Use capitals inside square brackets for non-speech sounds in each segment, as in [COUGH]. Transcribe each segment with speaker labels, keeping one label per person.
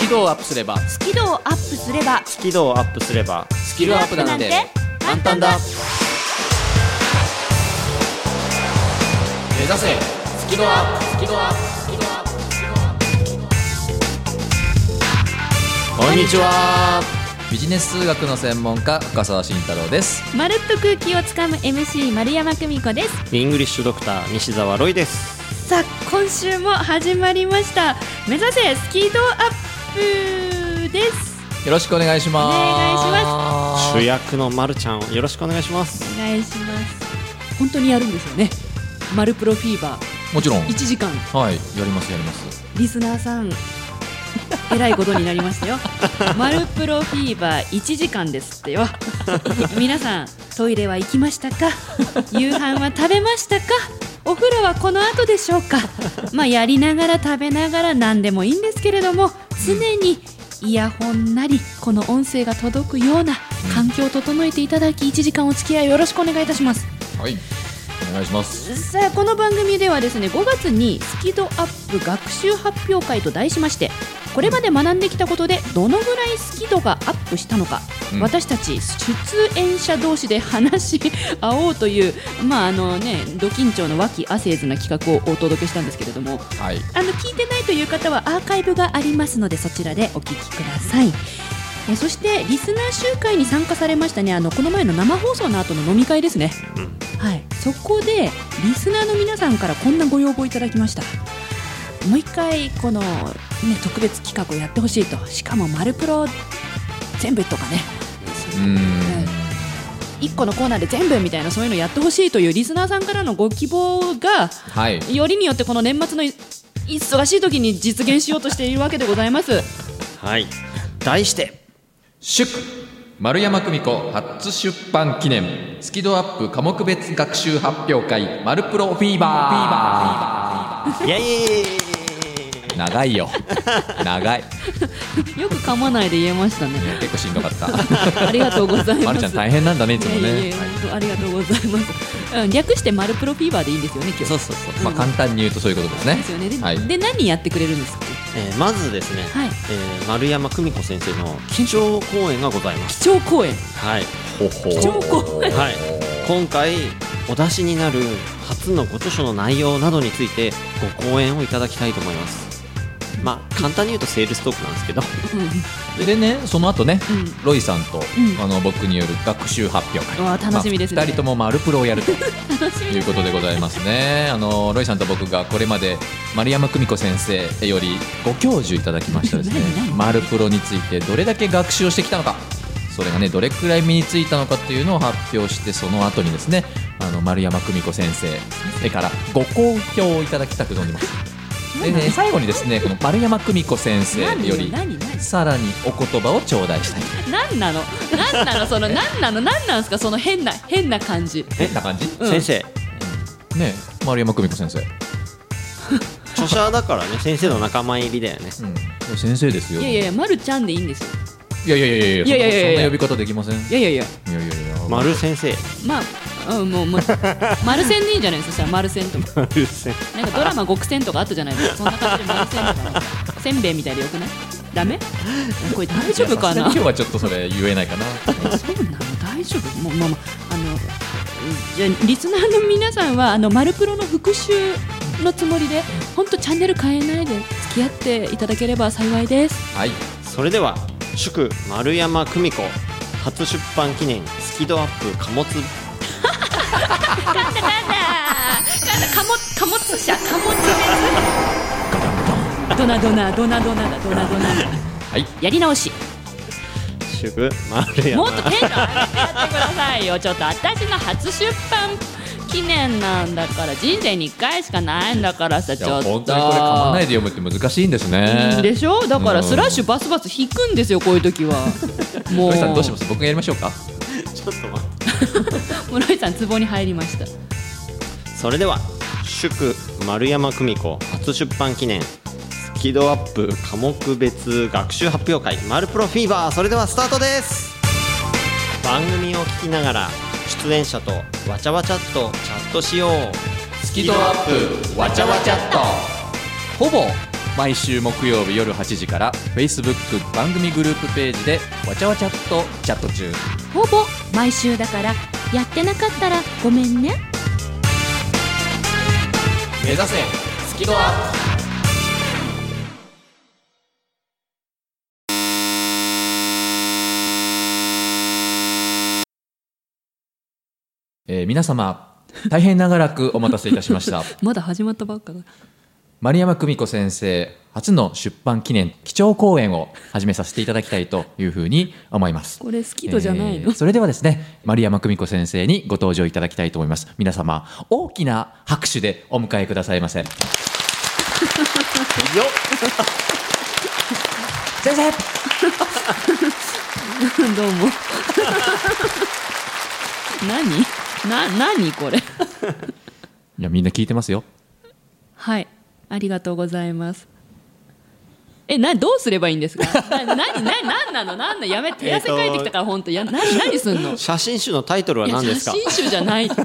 Speaker 1: キ度をアップすれば
Speaker 2: スキルをアップすれば
Speaker 3: スキルをアップすれば
Speaker 1: スキルアップなんて簡単だ目指せスキルアップスキルアップスキルアップスキルアップこんにちはビジネス数学の専門家深澤慎太郎です
Speaker 2: まるっと空気をつかむ MC 丸山久美子です
Speaker 3: イングリッシュドクター西澤ロイです
Speaker 2: さあ今週も始まりました目指せスキードアップです
Speaker 1: よろしくお願いしま
Speaker 2: お
Speaker 1: す
Speaker 2: 願いしま
Speaker 3: 主役のまるちゃんをよろしくお願いします
Speaker 2: お願いします
Speaker 4: 本当にやるんですよねマルプロフィーバー
Speaker 1: もちろん
Speaker 4: 1時間
Speaker 1: はいやりますやります
Speaker 4: リスナーさんえらいことになりましたよマルプロフィーバー1時間ですってよみ皆さんトイレは行きましたか夕飯は食べましたかお風呂はこの後でしょうかまあやりながら食べながら何でもいいんですけれども常にイヤホンなりこの音声が届くような環境を整えていただき1時間お付き合いよろしくお願いいたします
Speaker 1: はいお願いします
Speaker 4: さあこの番組ではですね5月にスキドアップ学習発表会と題しましてこれまで学んできたことでどのぐらいスキドがアップしたのか、
Speaker 1: うん
Speaker 4: 私たち出演者同士で話し合おうというまああのねド緊張の和気あせずな企画をお届けしたんですけれども
Speaker 1: はい
Speaker 4: あの聞いてないという方はアーカイブがありますのでそちらでお聞きください。えそしてリスナー集会に参加されましたねあのこの前の生放送の後の飲み会ですね、はい、そこでリスナーの皆さんからこんなご要望いただきましたもう一回この、ね、特別企画をやってほしいとしかも「マルプロ」全部とかね
Speaker 1: うーん
Speaker 4: 1個のコーナーで全部みたいなそういうのやってほしいというリスナーさんからのご希望が
Speaker 1: はい
Speaker 4: よりによってこの年末のい忙しい時に実現しようとしているわけでございます
Speaker 3: はい題して
Speaker 1: 祝丸山久美子初出版記念スキドアップ科目別学習発表会マルプロフィーバー
Speaker 3: イエイ
Speaker 1: 長い
Speaker 4: [LAUGHS]
Speaker 1: よ長い
Speaker 4: よく噛まないで言えましたね
Speaker 1: 結構しんどかった
Speaker 4: ありがとうございます
Speaker 1: まるちゃん大変なんだねいつも
Speaker 4: いやいや
Speaker 1: ね
Speaker 4: いや本当ありがとうございます、うん、略して「マルプロフィーバー」でいいんですよね今日
Speaker 1: そうそうそうまあ簡単に言うとそういうことですね
Speaker 4: ですよねで,、
Speaker 1: はい
Speaker 4: で何やってくれるんですか
Speaker 3: えーまずですね、
Speaker 4: はい
Speaker 3: えー丸山久美子先生の基調講演がございます
Speaker 4: 超公演
Speaker 3: はい、
Speaker 1: ほほ
Speaker 4: 貴重公演
Speaker 3: はい、今回お出しになる初のご著書の内容などについてご講演をいただきたいと思いますまあ簡単に言うとセールストークなんですけど
Speaker 1: でねその後ね
Speaker 4: うん、
Speaker 1: ロイさんと、
Speaker 4: うん
Speaker 1: あの僕による学習発表会
Speaker 4: うわ楽しみですね
Speaker 1: まあ二人ともマルプロをやると
Speaker 4: うん、楽し
Speaker 1: と
Speaker 4: み
Speaker 1: い
Speaker 4: で
Speaker 1: う
Speaker 4: す
Speaker 1: ことでございますね。あのロイさんと僕がこれまで丸山久美子先生よりご教授いただきましたですね
Speaker 4: [LAUGHS] 何。何
Speaker 1: マルプロについてどれだけ学習をしてきたのか、それがねどれくらい身についたのかっていうのを発表してその後にですね、あの丸山久美子先生からご好評をいただきたく存じ
Speaker 4: [LAUGHS]
Speaker 1: ます。でね最後にですねこの丸山久美子先生より
Speaker 4: 何何
Speaker 1: さらにお言葉を頂戴したい。
Speaker 4: 何なの何なのその何なの何なんですかその変な変な感じ
Speaker 1: 変な感じ？
Speaker 4: うん
Speaker 3: 先生
Speaker 1: ね丸山久美子先生。
Speaker 3: 著者だからね先生の仲間入りだよね
Speaker 1: うん、先生ですよ。
Speaker 4: いやいやいや、ま、るちゃんでいいんですよ
Speaker 1: いやいやいやいや
Speaker 4: いやいやいやいや
Speaker 1: そんな呼び方できません。い
Speaker 4: いやいやいや
Speaker 1: やいやいや。
Speaker 3: 丸先生
Speaker 4: まあ、うん、もう、もう、丸線でいいんじゃないですか、そしたら丸線とか、
Speaker 3: 丸先生
Speaker 4: なんかドラマ極戦とかあったじゃないですか、そんな感じで丸線とかなんか、せんべいみたいでよくない。ダメ、これ大丈夫かな。
Speaker 1: 今日
Speaker 4: そう
Speaker 1: はちょっとそれ言えないかな。
Speaker 4: なの、大丈夫、もう、まあまあ、あの、じゃあ、リスナーの皆さんは、あの、マルプロの復習のつもりで、本当チャンネル変えないで、付き合っていただければ幸いです。
Speaker 1: はい。
Speaker 3: それでは祝丸山久美子初出版記念スキドアップ貨物
Speaker 4: 貨物、貨物車、貨物ドナドナ、ドナドナだ、ドナドナ。
Speaker 1: はい。
Speaker 4: やり直し。
Speaker 3: 祝丸
Speaker 4: も
Speaker 3: 山
Speaker 4: っとテンション上げてやってくださいよちょっと私の初出版記念なんだから人生に1回しかないんだからさ
Speaker 1: い
Speaker 4: ちょ
Speaker 1: や
Speaker 4: っと
Speaker 1: 本当にこれ噛まないで読むって難しいんですね。
Speaker 4: でしょだか
Speaker 1: う
Speaker 4: ら
Speaker 1: ん
Speaker 4: スラッシュバスバス引くんですよこういう時はも
Speaker 1: ロ
Speaker 4: う
Speaker 1: イさんどうします？僕がやりましょうか。
Speaker 3: ちょっと待って
Speaker 4: もうロイさん壺に入りました
Speaker 3: それでは祝丸山久美子初出版記念スキドアップ科目別学習発表会「マルプロフィーバー」それではスタートです番組を聞きながら出演者とわちゃわちゃっとチャットしよう
Speaker 1: スキドアップわちゃわちゃっと。ほぼ毎週木曜日夜8時から Facebook 番組グループページでわちゃわちゃっとチャット中
Speaker 5: ほぼ毎週だからやってなかったらごめんね
Speaker 1: 目指せスキドアえー皆様大変長らくお待たせいたしま
Speaker 4: [LAUGHS]
Speaker 1: した
Speaker 4: まだ始まったばっかだ
Speaker 1: 丸山久美子先生初の出版記念基調講演を始めさせていただきたいというふうに思います
Speaker 4: これ好きとじゃない
Speaker 1: え
Speaker 4: の、
Speaker 1: ーそれではですね丸山久美子先生にご登場いただきたいと思います皆様大きな拍手でお迎えくださいませ先生
Speaker 4: [LAUGHS] どうも何 [LAUGHS] な何これ
Speaker 1: いやみんな聞いてますよ
Speaker 4: はいありがとうございますえなどうすればいいんですか [LAUGHS] な何何何なの何なのやめ手汗かいてきたから本当いや何何すんの
Speaker 3: 写真集のタイトルはい
Speaker 4: や
Speaker 3: 何です
Speaker 4: 写
Speaker 3: か
Speaker 4: 真集じゃない写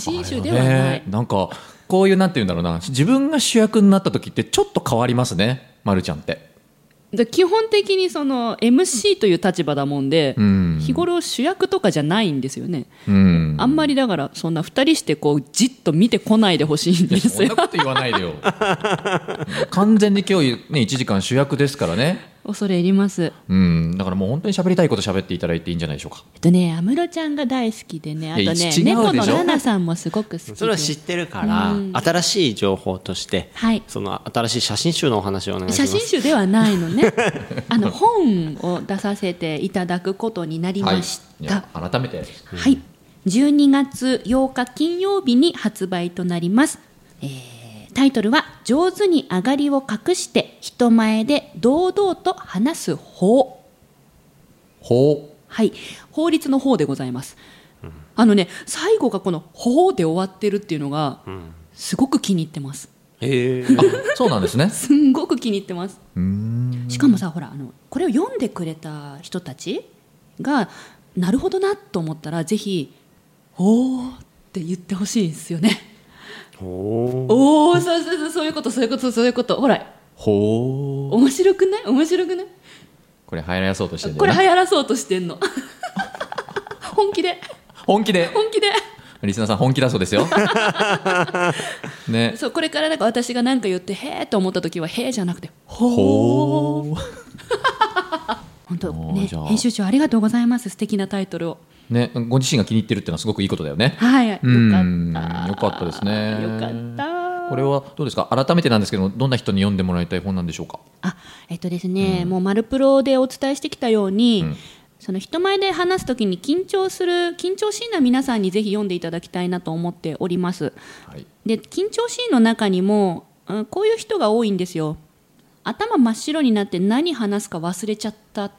Speaker 4: 真集ではな
Speaker 1: ね
Speaker 4: い
Speaker 1: なんかこういうなんて言うんだろうな自分が主役になった時ってちょっと変わりますねまるちゃんって
Speaker 4: で基本的にその MC という立場だもんで、
Speaker 1: うん
Speaker 4: 日頃主役とかじゃないんですよね、
Speaker 1: うん
Speaker 4: あんまりだからそんな2人してこうじっと見てこないでほしいん
Speaker 1: い
Speaker 4: で
Speaker 1: や
Speaker 4: す
Speaker 1: そん
Speaker 4: よ
Speaker 1: なこと言わないでよ完全に今日ね1時間主役ですからね
Speaker 4: 恐れ入ります
Speaker 1: うんだからもう本当に喋りたいこと喋っていただいていいんじゃないでしょうか
Speaker 4: えっとね安室ちゃんが大好きでねあと
Speaker 1: いや違うで
Speaker 4: ね
Speaker 1: しょ
Speaker 4: 猫のナナさんもすごく好きで
Speaker 3: それは知ってるから新しい情報として
Speaker 4: はい
Speaker 3: その新しい写真集のお話をお願いし
Speaker 4: 写
Speaker 3: ます
Speaker 4: 真集ではないの [LAUGHS] ねあの本を出させていただくことになりまし
Speaker 1: い
Speaker 4: た、
Speaker 1: や改めて
Speaker 4: はい、12月8日金曜日に発売となります、えータイトルは「上手に上がりを隠して人前で堂々と話す法
Speaker 1: ほ」
Speaker 4: はい法律の法でございます、あのね最後がこの「法」で終わってるっていうのがすごく気に入ってます
Speaker 3: え
Speaker 1: うあそうなんです
Speaker 4: [LAUGHS]
Speaker 1: ね
Speaker 4: すんごく気に入ってます
Speaker 1: うん
Speaker 4: しかもさほらあのこれを読んでくれた人たちがなるほどなと思ったらぜひ「おー」って言ってほしいんですよね。おーそうそうそうそういうことそういうことそういうことほら
Speaker 1: ほう
Speaker 4: 面白くない面白くない
Speaker 1: これ流行らそうとしてるん
Speaker 4: こ
Speaker 1: だ
Speaker 4: れ
Speaker 1: よ
Speaker 4: 流
Speaker 1: な
Speaker 4: 行らそうとしてんの [LAUGHS] 本気で
Speaker 1: 本気で
Speaker 4: 本気で
Speaker 1: リスナーさん本気だそうです
Speaker 4: [LAUGHS]
Speaker 1: よね
Speaker 4: そうこれからなんか私が何か言って「へー」と思った時は「へー」じゃなくて「ほー」
Speaker 1: ほう
Speaker 4: 本当
Speaker 1: おー
Speaker 4: ね
Speaker 1: じゃあ
Speaker 4: 編集長ありがとうございます素敵なタイトルを
Speaker 1: ねご自身が気に入ってるっていうのはすごくいいことだよね
Speaker 4: はいよか
Speaker 1: うん
Speaker 4: った
Speaker 1: よかったですね
Speaker 4: よかった
Speaker 1: これはどうですか改めてなんですけどどんな人に読んでもらいたい本なんでしょうか
Speaker 4: あえっとですね、もう「マルプロ」でお伝えしてきたように、
Speaker 1: ん
Speaker 4: その人前で話すときに緊張する緊張シーンな皆さんにぜひ読んでいただきたいなと思っております
Speaker 1: はい
Speaker 4: で緊張シーンの中にも、うん、こういう人が多いんですよ頭真っ白になって何話すか忘れちゃった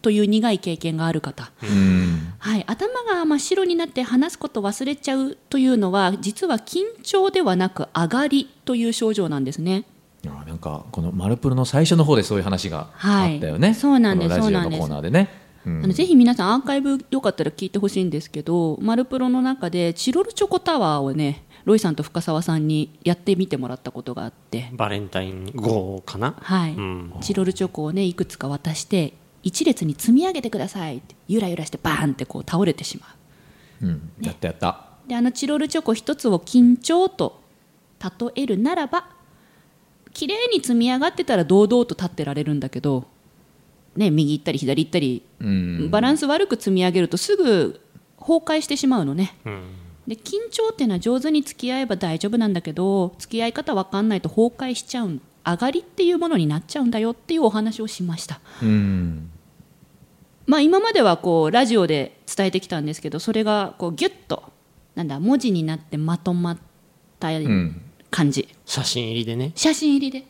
Speaker 4: という苦い経験がある方、
Speaker 1: うん
Speaker 4: はい、頭が真っ白になって話すこと忘れちゃうというのは実は緊張ではなく上がりという症状なんですね
Speaker 1: いやなんかこの「マルプロ」の最初の方でそういう話が
Speaker 4: はい
Speaker 1: あったよね、
Speaker 4: そうなんです
Speaker 1: このラジオ
Speaker 4: そうなん
Speaker 1: の
Speaker 4: です
Speaker 1: コーナーでね、うん
Speaker 4: あのぜひ皆さんアーカイブよかったら聞いてほしいんですけど「マルプロ」の中でチロルチョコタワーをねロイさんと深澤さんにやってみてもらったことがあって、
Speaker 3: バレンタイン号かな
Speaker 4: はい
Speaker 3: うん
Speaker 4: チロルチョコをねいくつか渡して一列に積み上げてくださいってゆらゆらしてバーンってこう倒れてしま
Speaker 1: うんやったやった
Speaker 4: うであのチロルチョコ一つを緊張と例えるならば綺麗に積み上がってたら堂々と立ってられるんだけど、ね、右行ったり左行ったり
Speaker 1: うん
Speaker 4: バランス悪く積み上げるとすぐ崩壊してしまうのね、
Speaker 3: ん
Speaker 4: で緊張っていうのは上手に付き合えば大丈夫なんだけど付き合い方分かんないと崩壊しちゃう上がりっていうものになっちゃうんだよっていうお話をしました、
Speaker 1: うん
Speaker 4: まあ、今まではこうラジオで伝えてきたんですけどそれがこうギュッとなんだ文字になってまとまった
Speaker 1: ん
Speaker 4: 感じ、
Speaker 3: 写真入りでね
Speaker 4: 写真入りで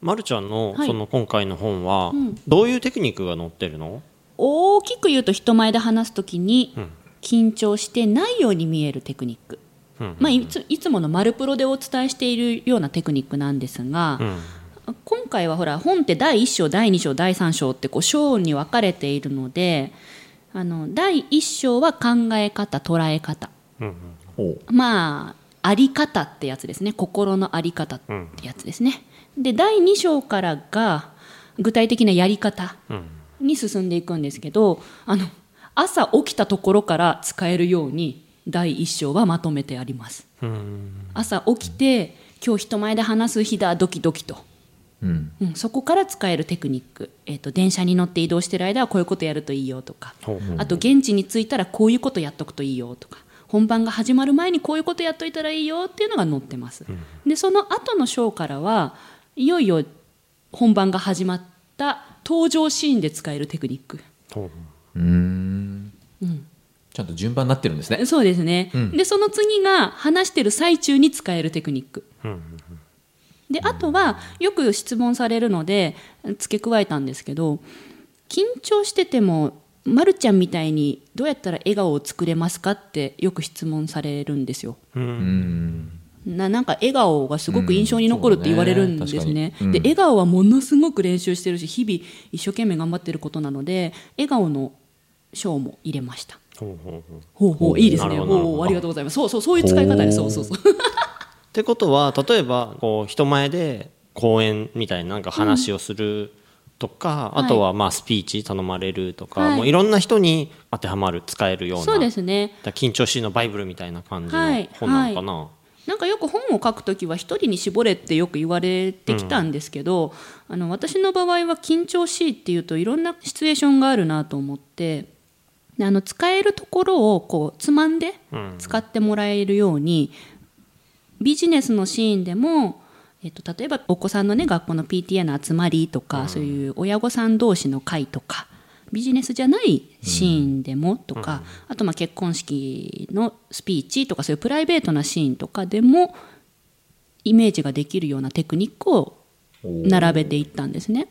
Speaker 3: まるちゃんの
Speaker 4: はい
Speaker 3: その今回の本は
Speaker 4: ん
Speaker 3: どういうテクニックが載ってるの
Speaker 4: 大きく言うと人前で話すときに
Speaker 3: ん
Speaker 4: 緊張してないように見えるテクニック、
Speaker 3: うん
Speaker 4: まあ、いついつもの「マルプロ」でお伝えしているようなテクニックなんですが、
Speaker 3: うん
Speaker 4: 今回はほら本って第1章第2章第3章ってこう章に分かれているのであの第1章は考え方捉え方
Speaker 1: おう
Speaker 4: まああり方ってやつですね心のあり方ってやつですね、で第2章からが具体的なやり方に進んでいくんですけどあの朝起きたところから使えるように第1章はまとめてあります朝起きて今日人前で話す日だドキドキと、
Speaker 1: うん、
Speaker 4: うん、そこから使えるテクニック、えっと電車に乗って移動してる間はこういうことやるといいよとか
Speaker 3: ほうほ
Speaker 4: あと現地に着いたらこういうことやっとくといいよとか本番が始まる前にこういうことやっといたらいいよっていうのが載ってます、でその後の章からはいよいよ本番が始まった登場シーンで使えるテクニック
Speaker 3: ほ
Speaker 1: うーんちゃんと順番になってるんですね
Speaker 4: そうですね、
Speaker 1: ん
Speaker 4: でその次が話してる最中に使えるテクニック
Speaker 3: うん
Speaker 4: であとはよく質問されるので付け加えたんですけど緊張してても、ま、るちゃんみたいにどうやったら笑顔を作れますかってよく質問されるんですよ。
Speaker 1: うん
Speaker 4: ななんか笑顔がすごく印象に残るって言われるんです
Speaker 1: うんそうね
Speaker 4: ね。
Speaker 1: 確かにうん
Speaker 4: で笑顔はものすごく練習してるし日々一生懸命頑張ってることなので笑顔の章も入れました。
Speaker 3: ほうほう
Speaker 4: ほ
Speaker 3: ほう
Speaker 4: うほういいですね。
Speaker 3: なる
Speaker 4: ほ
Speaker 3: ほどなるほど
Speaker 4: うほうありがとうございます。そうそうそういう使い方です。そ
Speaker 1: ほう
Speaker 4: うそうそう。
Speaker 3: ってことは例えばこう人前で講演みたいななんか話をするとか、
Speaker 4: はい
Speaker 3: あとはまあスピーチ頼まれるとか、
Speaker 4: はい
Speaker 3: い、もういろんな人に当てはまる使えるような
Speaker 4: そうですね。
Speaker 3: だから緊張しいのバイブルみたいな感じ
Speaker 4: は
Speaker 3: の
Speaker 4: い
Speaker 3: 本なのかな、
Speaker 4: なんかよく本を書くときは一人に絞れってよく言われてきたんですけど、あの私の場合は緊張しいっていうといろんなシチュエーションがあるなと思ってであの使えるところをこうつまんで
Speaker 3: うん
Speaker 4: 使ってもらえるように、ビジネスのシーンでも、えっと、例えばお子さんのね学校の PTA の集まりとか、そういう親御さん同士の会とかビジネスじゃないシーンでもとか、あとまあ結婚式のスピーチとかそういうプライベートなシーンとかでもイメージができるようなテクニックを並べていったんですね。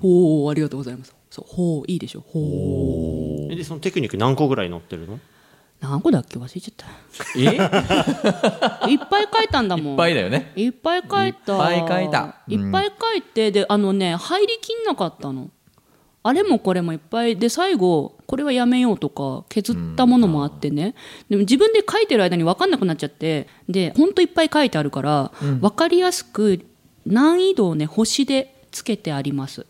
Speaker 4: ほうありがとうございます。そうほういいでしょほう
Speaker 3: えでそのテクニック何個ぐらい載ってるの
Speaker 4: 何個だっけ忘れちゃった。
Speaker 1: え [LAUGHS] いっ
Speaker 4: いっぱい書いたんだもん。
Speaker 1: ぱいだよね
Speaker 4: いっぱい書いた。
Speaker 1: いっぱい書いたうん
Speaker 4: いっぱい書いて、で、あのね、入りきんなかったの。あれもこれもいっぱいで最後これはやめようとか削ったものもあってねでも自分で書いてる間に分かんなくなっちゃってでほんといっぱい書いてあるから分かりやすく難易度をね星でつけてあります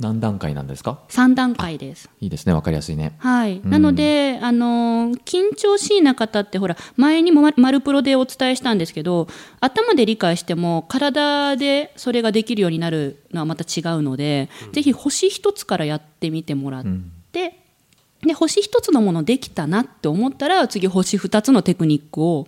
Speaker 1: 何段階なんですか
Speaker 4: 3段階です
Speaker 1: いいですねわかりやすいね
Speaker 4: はい、なので、あのー緊張しいな方ってほら前にもま「マルプロ」でお伝えしたんですけど頭で理解しても体でそれができるようになるのはまた違うので、ぜひ星一つからやってみてもらって、で星一つのものできたなって思ったら次星二つのテクニックを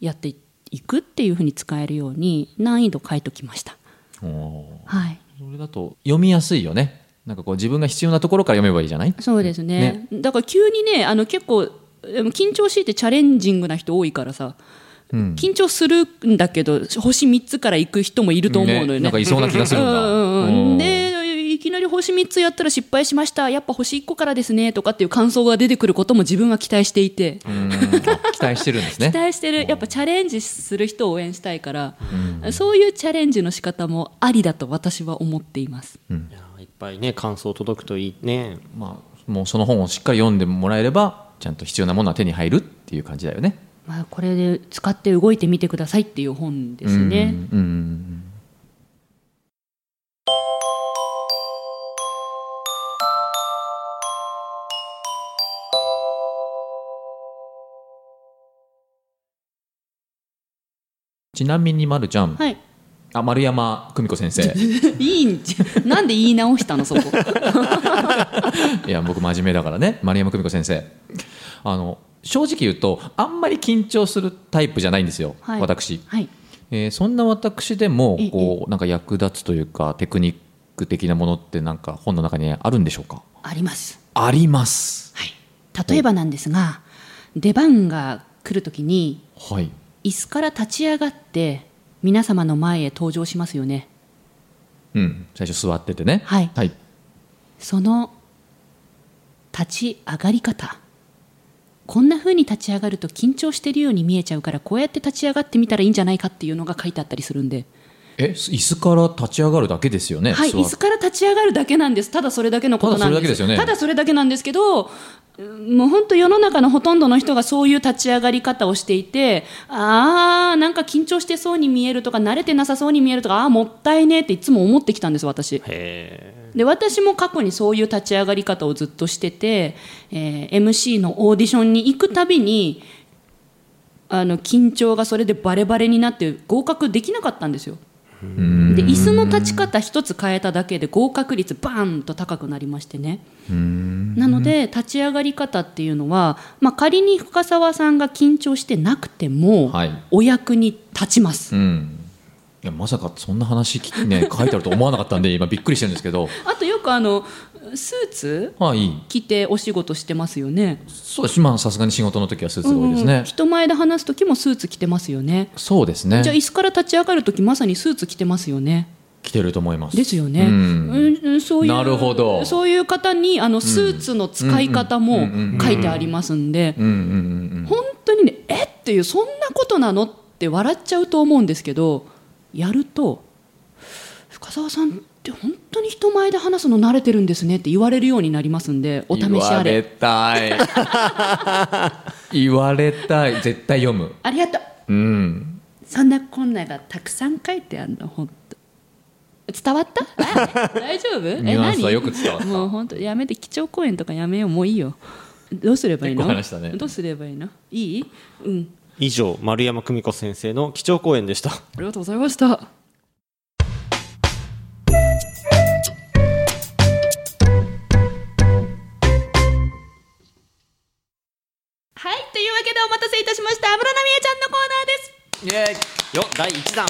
Speaker 4: やっていくっていうふうに使えるように難易度変えときました。
Speaker 1: おー
Speaker 4: はい
Speaker 1: それだと読みやすいよねなんかこう自分が必要なところから読めばいいじゃない
Speaker 4: そうですねだから急にねあの結構でも緊張しいってチャレンジングな人多いからさ、
Speaker 1: うん
Speaker 4: 緊張するんだけど星3つから行く人もいると思うのよね
Speaker 1: なんかいそうな気がするんだ
Speaker 4: うんうんう
Speaker 1: うん
Speaker 4: んでいきなり星3つやったら失敗しましたやっぱ星1個からですねとかっていう感想が出てくることも自分は期待していて、
Speaker 1: うんあ期待してるんですね
Speaker 4: [LAUGHS] 期待してるやっぱチャレンジする人を応援したいから、そういうチャレンジの仕方もありだと私は思っています。
Speaker 3: いやーいっぱいね感想届くといいね
Speaker 1: まあ、もうその本をしっかり読んでもらえればちゃんと必要なものは手に入るっていう感じだよね。
Speaker 4: まあ、これで使って動いてみてくださいっていう本ですね。
Speaker 1: うんうんちなみにまるちゃん、
Speaker 4: はい。
Speaker 1: あ丸山久美子先生
Speaker 4: いいんじゃ、なんで言い直したの、そこ。
Speaker 1: いや僕真面目だからね丸山久美子先生あの正直言うとあんまり緊張するタイプじゃないんですよ、
Speaker 4: はい
Speaker 1: 私
Speaker 4: はい。
Speaker 1: えーそんな私でも
Speaker 4: ええ
Speaker 1: こうなんか役立つというかテクニック的なものってなんか本の中にあるんでしょうか
Speaker 4: あります。
Speaker 1: あります
Speaker 4: はい。例えばなんですが、出番が来るときに、
Speaker 1: はい
Speaker 4: 椅子から立ち上がって、皆様の前へ登場しますよね。
Speaker 1: うん最初座っててね
Speaker 4: はい
Speaker 1: はい、
Speaker 4: その立ち上がり方こんな風に立ち上がると緊張してるように見えちゃうからこうやって立ち上がってみたらいいんじゃないかっていうのが書いてあったりするんで
Speaker 1: え椅子から立ち上がるだけですよね、
Speaker 4: はい、
Speaker 1: 座っ
Speaker 4: 椅子から立ち上がるだけなんです。ただそれだけのことなん
Speaker 1: ただそれ
Speaker 4: です。
Speaker 1: だけですよね
Speaker 4: ただそれだけなんですけど、うんもう本当世の中のほとんどの人がそういう立ち上がり方をしていて、あー、なんか緊張してそうに見えるとか、慣れてなさそうに見えるとか、あー、もったいねっていつも思ってきたんです、私。
Speaker 3: へ
Speaker 4: で私も過去にそういう立ち上がり方をずっとしてて、えー MC のオーディションに行くたびにあの緊張がそれでバレバレになって合格できなかったんですよ。で椅子の立ち方一つ変えただけで合格率バーンと高くなりましてねなので立ち上がり方っていうのは、まあ、仮に深澤さんが緊張してなくても、
Speaker 1: はい
Speaker 4: お役に立ちます
Speaker 1: うんいやまさかそんな話聞き、
Speaker 4: [LAUGHS]
Speaker 1: ね、書いてあると思わなかったんで今びっくりしてるんですけど
Speaker 4: あとよくあのスーツ
Speaker 1: はい
Speaker 4: 着てお仕事してますよね
Speaker 1: そうですまあさすがに仕事の時はスーツが多いですね、
Speaker 4: うんうん人前で話す時もスーツ着てますよね
Speaker 1: そうですね
Speaker 4: じゃあ椅子から立ち上がる時まさにスーツ着てますよね
Speaker 1: 来てると思います
Speaker 4: ですよね、
Speaker 1: う
Speaker 4: うん
Speaker 1: ん
Speaker 4: うんそういう
Speaker 1: なるほど
Speaker 4: そういう方にあのスーツの使い方
Speaker 1: うん
Speaker 4: も
Speaker 1: うんうんうん
Speaker 4: 書いてありますんで
Speaker 1: うんうんうん
Speaker 4: 本当にねえっていうそんなことなのって笑っちゃうと思うんですけどやると深澤さんって本当に人前で話すの慣れてるんですねって言われるようになりますんで
Speaker 1: う
Speaker 4: お
Speaker 1: ん
Speaker 4: 試しあれ
Speaker 1: 言われたい [LAUGHS] 言われたい絶対読む
Speaker 4: ありがとう
Speaker 1: うん
Speaker 4: そんなこんながたくさん書いてあるの本当伝わった
Speaker 1: [LAUGHS]
Speaker 4: 大丈夫え
Speaker 1: ニュアンスは
Speaker 4: 何
Speaker 1: よく伝わった
Speaker 4: もう本当やめて基調講演とかやめようもういいよ [LAUGHS] どうすればいいの
Speaker 1: 結構話したね
Speaker 4: どうすればいいのいいうん
Speaker 3: 以上丸山久美子先生の基調講演でした
Speaker 4: ありがとうございましたはいというわけでお待たせいたしました安室奈美恵ちゃんのコーナーです
Speaker 1: イエーイ
Speaker 3: よ第1弾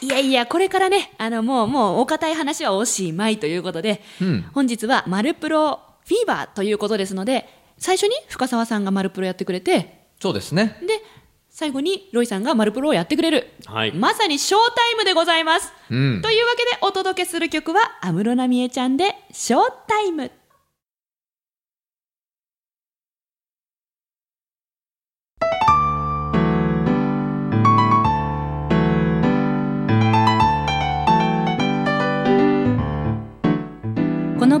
Speaker 4: いやいや、これからね、あの、もう、もう、お堅い話はおしまいということで、
Speaker 1: ん
Speaker 4: 本日は、マルプロフィーバーということですので、最初に深澤さんがマルプロやってくれて、
Speaker 1: そうですね
Speaker 4: で、最後にロイさんがマルプロをやってくれる。
Speaker 3: はい
Speaker 4: まさにショータイムでございます。
Speaker 1: うん
Speaker 4: というわけで、お届けする曲は、安室奈美恵ちゃんで、ショータイム。
Speaker 5: この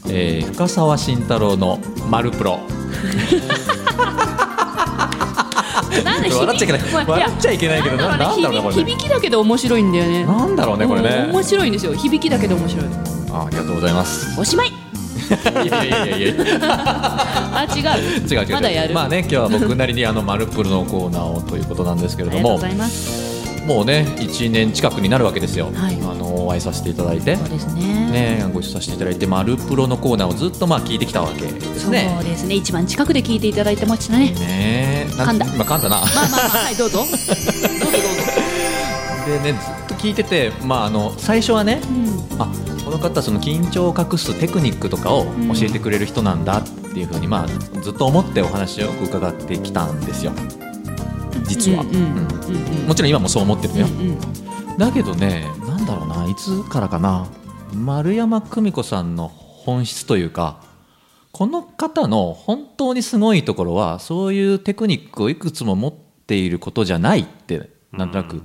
Speaker 1: えー深澤慎太郎の「マルプロ」
Speaker 4: なんで
Speaker 1: [LAUGHS] 笑っちゃいけない
Speaker 4: まあ
Speaker 1: 笑っちゃいけないけど
Speaker 4: や
Speaker 1: ななんだろうねこれ
Speaker 4: 響き響きだけど面白いんだよね。
Speaker 1: なんだろうねこれ
Speaker 4: うん
Speaker 1: ね
Speaker 4: 面白いんですよ。響きだけど面白い。
Speaker 1: あありがとうございます [LAUGHS]
Speaker 4: おしまい。
Speaker 1: いやいやいやいや違
Speaker 4: あ違う。
Speaker 1: う違う違う
Speaker 4: まだやる。
Speaker 1: まあね今日は僕なりにあの「マルプロ」のコーナーをということなんですけ
Speaker 4: あ
Speaker 1: れ
Speaker 4: り
Speaker 1: ど
Speaker 4: が
Speaker 1: も
Speaker 4: とうございます。
Speaker 1: もうね1年近くになるわけですよ、
Speaker 4: はい
Speaker 1: あのお会いさせていただいて、
Speaker 5: そうですね
Speaker 1: ね、ご一緒させていただいて「マルプロ」のコーナーをずっとまあ聞いてきたわけです
Speaker 5: そう
Speaker 1: ね。
Speaker 5: ですね一番近くで聞いていただいてましたね
Speaker 1: ねえ、な
Speaker 5: 噛んだ
Speaker 1: 今噛んだな。
Speaker 5: まあまあ、まあ、はいど
Speaker 1: [LAUGHS]
Speaker 5: うぞどうぞ
Speaker 1: でね、ずっと聞いてて、まあ、あの最初はね、
Speaker 5: どうぞ、
Speaker 1: あこの方その緊張を隠すテクニックとかを
Speaker 5: ん
Speaker 1: 教えてくれる人なんだっていうふうに、まあ、ずっと思ってお話を伺ってきたんですよ実は、
Speaker 5: うんうん
Speaker 1: うん
Speaker 5: うんうん
Speaker 1: もちろん今もそう思ってるのよ、
Speaker 5: うんうん
Speaker 1: だけどねなんだろうないつからかな丸山久美子さんの本質というかこの方の本当にすごいところはそういうテクニックをいくつも持っていることじゃないってなんとなく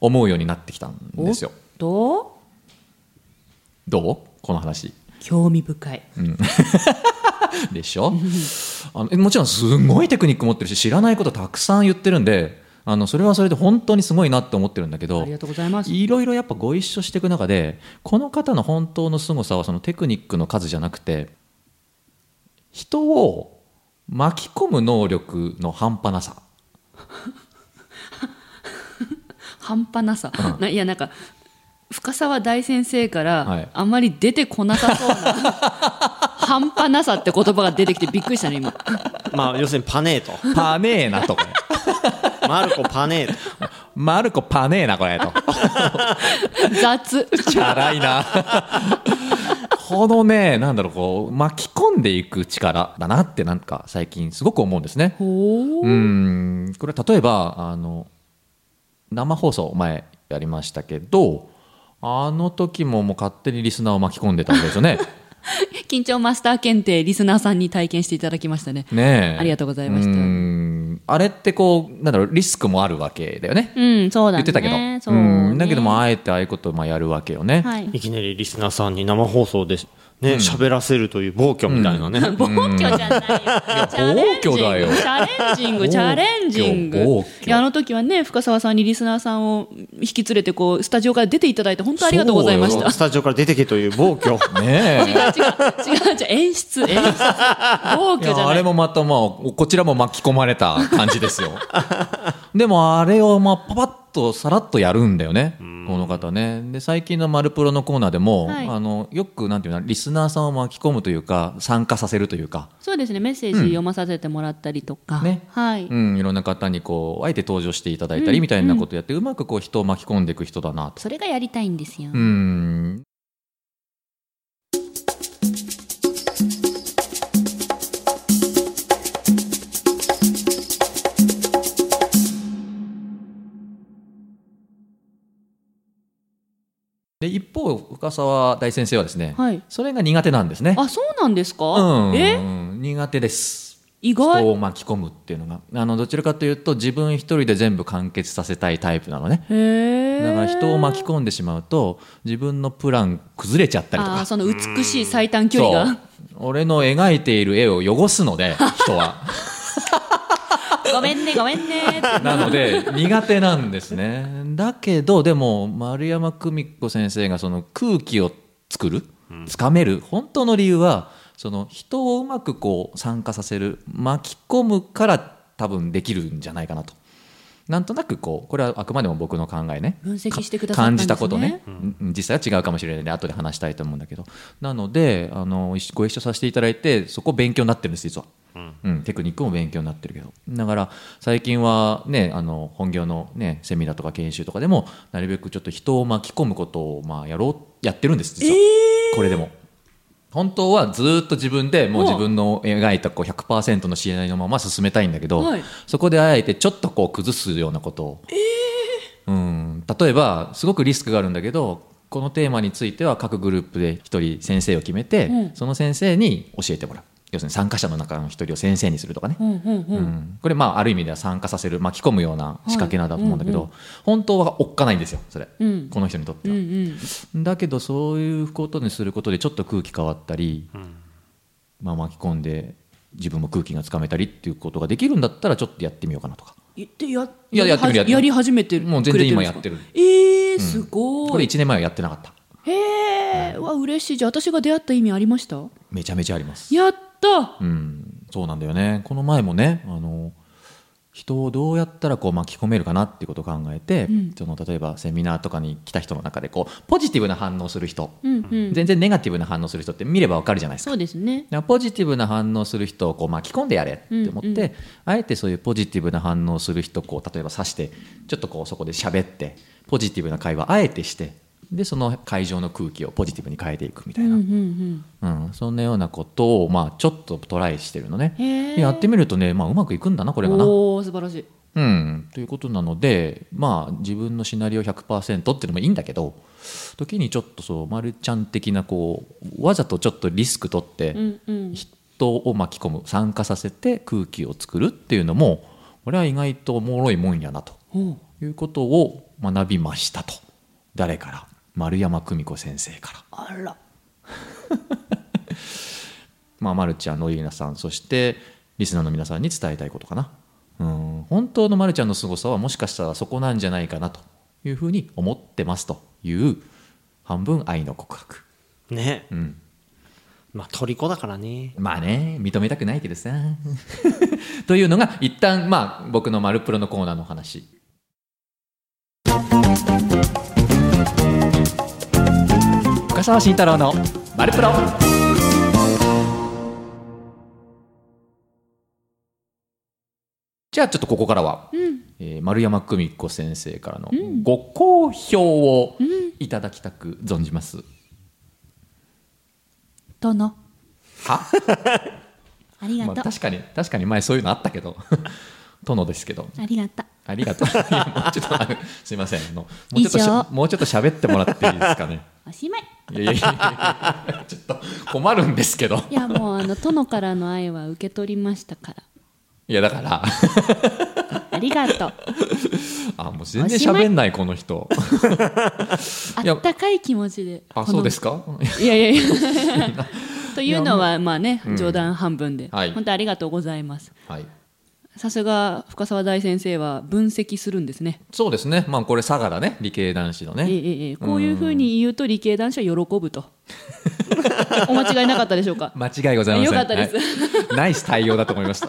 Speaker 1: 思うようになってきたんですよ。
Speaker 5: と
Speaker 1: どうこの話
Speaker 5: 興味深い
Speaker 1: でしょあのえもちろんすごいテクニック持ってるし知らないことたくさん言ってるんであのそれはそれで本当にすごいなって思ってるんだけ
Speaker 5: あ
Speaker 1: ど
Speaker 5: りがとうございます
Speaker 1: いろいろやっぱご一緒していく中でこの方の本当の凄さはそのテクニックの数じゃなくて人を巻き込む能力の半端なさ
Speaker 4: 半端なさ、ないやなんか深沢大先生から、
Speaker 1: はい
Speaker 4: あんまり出てこなさそうな
Speaker 1: [LAUGHS]
Speaker 4: 半端なさって言葉が出てきてびっくりしたね今
Speaker 3: まあ要するにパネーと
Speaker 1: パネーなとこれ
Speaker 3: マルコパネーと
Speaker 1: マルコパネーなこれと [LAUGHS]
Speaker 4: 雑
Speaker 1: チャラいなこのねなんだろうこう巻き込んでいく力だなってなんか最近すごく思うんですね
Speaker 4: お
Speaker 1: うーんこれは例えばあの生放送前やりましたけどあの時ももう勝手にリスナーを巻き込んでたんですよ
Speaker 4: [LAUGHS]
Speaker 1: ね
Speaker 4: 緊張マスター検定リスナーさんに体験していただきましたね
Speaker 1: ねえ
Speaker 4: ありがとうございました
Speaker 1: うーんあれってこうなんだろうリスクもあるわけだよね
Speaker 5: うんそうだ
Speaker 1: 言
Speaker 5: ね
Speaker 1: ってたけど
Speaker 5: そうね
Speaker 1: んだけどもあえてああいうことをまあやるわけよね、
Speaker 5: はい
Speaker 3: いきなりリスナーさんに生放送でね喋、らせるという暴挙みたいなね、
Speaker 5: 暴挙じゃないよチャレンジン
Speaker 1: 暴
Speaker 5: グ
Speaker 1: 挙だよ
Speaker 5: チャレンジン
Speaker 1: 暴
Speaker 5: グ
Speaker 1: 挙
Speaker 5: チャレンジング
Speaker 1: 暴挙
Speaker 4: いやあの時はね深沢さんにリスナーさんを引き連れてこうスタジオから出ていただいて本当ありがとうございまし
Speaker 1: そうよ
Speaker 4: た
Speaker 3: スタジオから出てけという暴挙
Speaker 1: ねえ
Speaker 4: [LAUGHS] 違う違う違う演出
Speaker 1: [LAUGHS]
Speaker 4: 演出暴
Speaker 1: い
Speaker 4: 挙じゃ
Speaker 1: や
Speaker 4: な
Speaker 1: あ
Speaker 4: い
Speaker 1: れもまたまあこちらも巻き込まれた感じですよでもあれをまあパパッとさらっとやるんだよねこの方ねで最近の「マルプロ」のコーナーでも、
Speaker 5: はい
Speaker 1: あのよくなんていうのリスナーさんを巻き込むというか参加させるというか、
Speaker 5: そうですねメッセージ読まさせてもらったりとか、
Speaker 1: ね
Speaker 5: はい、
Speaker 1: うん、いろんな方にこうあえて登場していただいたりみたいなことをやって、うまくこう人を巻き込んでいく人だなと。
Speaker 5: それがやりたいんですよ、
Speaker 1: うんで一方深沢大先生はですね、
Speaker 4: はい
Speaker 1: それが苦手なんですね。
Speaker 4: あそうなんですか、
Speaker 1: うん、
Speaker 4: え
Speaker 1: 苦手です。
Speaker 4: 意
Speaker 1: 人
Speaker 4: 外
Speaker 1: を巻き込むっていうのがあのどちらかというと自分一人で全部完結させたいタイプなのね。
Speaker 4: へえ
Speaker 1: だから人を巻き込んでしまうと自分のプラン崩れちゃったりと
Speaker 4: あ
Speaker 1: か
Speaker 4: ーその美しい最短距離が
Speaker 1: そう俺の描いている絵を汚すので人は [LAUGHS]
Speaker 5: ごめんねごめんね
Speaker 1: なので苦手なんですねだけどでも丸山久美子先生がその空気を作るつかめる本当の理由はその人をうまくこう参加させる巻き込むから多分できるんじゃないかなと。なんとなくこうこれはあくまでも僕の考えね
Speaker 4: 分析してくださった
Speaker 1: 感
Speaker 4: んです
Speaker 1: じ
Speaker 4: ね
Speaker 1: たことね、うん実際は違うかもしれないので後で話したいと思うんだけどなのであの一緒ご一緒させていただいてそこ勉強になってるんです実は、うんテクニックも勉強になってるけどだから最近はねあの本業の、ね、セミナーとか研修とかでもなるべくちょっと人を巻き込むことを、まあ、やろうやってるんです実は、これでも。本当はずっと自分でもう自分の描いたこう100%の試合のまま進めたいんだけど、
Speaker 4: はい
Speaker 1: そこであえてちょっとこう崩すようなことを、うん例えばすごくリスクがあるんだけどこのテーマについては各グループで一人先生を決めて、その先生に教えてもらう要するに参加者の中の一人を先生にするとかね、
Speaker 4: うんうんうん
Speaker 1: うんこれまあある意味では参加させる巻き込むような仕掛けなんだと思うんだけど、本当はおっかないんですよそれ、
Speaker 4: ん
Speaker 1: この人にとっては。
Speaker 4: うんうん
Speaker 1: だけどそういうことにすることでちょっと空気変わったり、まあ、巻き込んで自分も空気がつかめたりっていうことができるんだったらちょっとやってみようかなとか
Speaker 4: 言ってや
Speaker 1: いややってるやってる
Speaker 4: やり始めてる
Speaker 1: もう全然今やって
Speaker 4: くれ
Speaker 1: る
Speaker 4: んですかえー、すごい、
Speaker 1: これ1年前はやってなかった
Speaker 4: へえわ嬉しいじゃあ私が出会った意味ありました
Speaker 1: めちゃめちゃあります
Speaker 4: やった
Speaker 1: うんそうなんだよねこの前もねあの人をどうやったらこう巻き込めるかなっていうことを考えて、
Speaker 4: ん
Speaker 1: その例えばセミナーとかに来た人の中でこうポジティブな反応する人、
Speaker 4: うんうん。
Speaker 1: 全然ネガティブな反応する人って見ればわかるじゃないですか
Speaker 4: そうですね。
Speaker 1: だからポジティブな反応する人をこう巻き込んでやれって思って、
Speaker 4: うんうん
Speaker 1: あえてそういうポジティブな反応する人をこう例えば指してちょっとこうそこで喋ってポジティブな会話をあえてしてでその会場の空気をポジティブに変えていくみた
Speaker 4: う
Speaker 1: い
Speaker 4: んう
Speaker 1: な、うん
Speaker 4: ん
Speaker 1: そんなようなことを、まあ、ちょっとトライしてるのね
Speaker 4: うん。へえ。
Speaker 1: でやってみるとね、まあ、うまくいくんだなこれがな。
Speaker 4: おお素晴らしい。
Speaker 1: うん、ということなので、まあ、自分のシナリオ100%っていうのもいいんだけど時にちょっとそう、ま、るちゃん的なこうわざとちょっとリスク取って、
Speaker 4: うんうん。
Speaker 1: 人を巻き込む参加させて空気を作るっていうのもこれは意外とおもろいもんやなと
Speaker 4: おう
Speaker 1: いうことを学びましたと誰から丸山久美子先生から、
Speaker 4: あら。
Speaker 1: まあ、マルちゃんのりーなさんそしてリスナーの皆さんに伝えたいことかなうん本当のマルちゃんの凄さはもしかしたらそこなんじゃないかなというふうに思ってますという半分愛の告白
Speaker 3: [LAUGHS] ね
Speaker 1: うん
Speaker 3: まあ虜だからね
Speaker 1: まあね、認めたくないけどさ。 [LAUGHS] というのが、一旦、まあ、僕のマルプロのコーナーの話。深澤慎太郎のマルプロ。じゃあ、ちょっとここからは、えー丸山久美子先生からのご好評をいただきたく存じます。
Speaker 5: 殿
Speaker 1: は
Speaker 5: ありが
Speaker 1: まあ、
Speaker 5: とう、
Speaker 1: 確かに確かに前そういうのあったけど [LAUGHS] 殿ですけど
Speaker 5: あ、りがとう
Speaker 1: ありがとう [LAUGHS] いやもうちょっとあのすいませんあのもうちょっとし
Speaker 5: 以上
Speaker 1: もうちょっと喋ってもらっていいですかね
Speaker 5: おしまい
Speaker 1: いやいやいやいや [LAUGHS] ちょっと困るんですけど
Speaker 4: いやもうあの殿からの愛は受け取りましたから。
Speaker 1: いやだから
Speaker 4: ありがとう。
Speaker 1: あもう全然喋んないこの
Speaker 4: [LAUGHS]
Speaker 1: 人い
Speaker 4: あ
Speaker 1: や
Speaker 4: ったかい気持ちで。
Speaker 1: あ
Speaker 4: この
Speaker 1: そうですか
Speaker 4: いやいや [LAUGHS] いや。というのはまあね
Speaker 1: ん
Speaker 4: 冗談半分で、
Speaker 1: はい
Speaker 4: 本当ありがとうございます。
Speaker 1: はい
Speaker 4: さすが深澤大先生は分析するんですね。
Speaker 1: そうですねまあこれ佐賀だね理系男子の
Speaker 4: ええ
Speaker 1: ね
Speaker 4: ええこういうふうに言うと理系男子は喜ぶと。 [LAUGHS] お間違いなかったでしょうか。
Speaker 1: 間違いございません
Speaker 4: よかったです
Speaker 1: はいナイス対応だと思いま
Speaker 4: [LAUGHS]
Speaker 1: した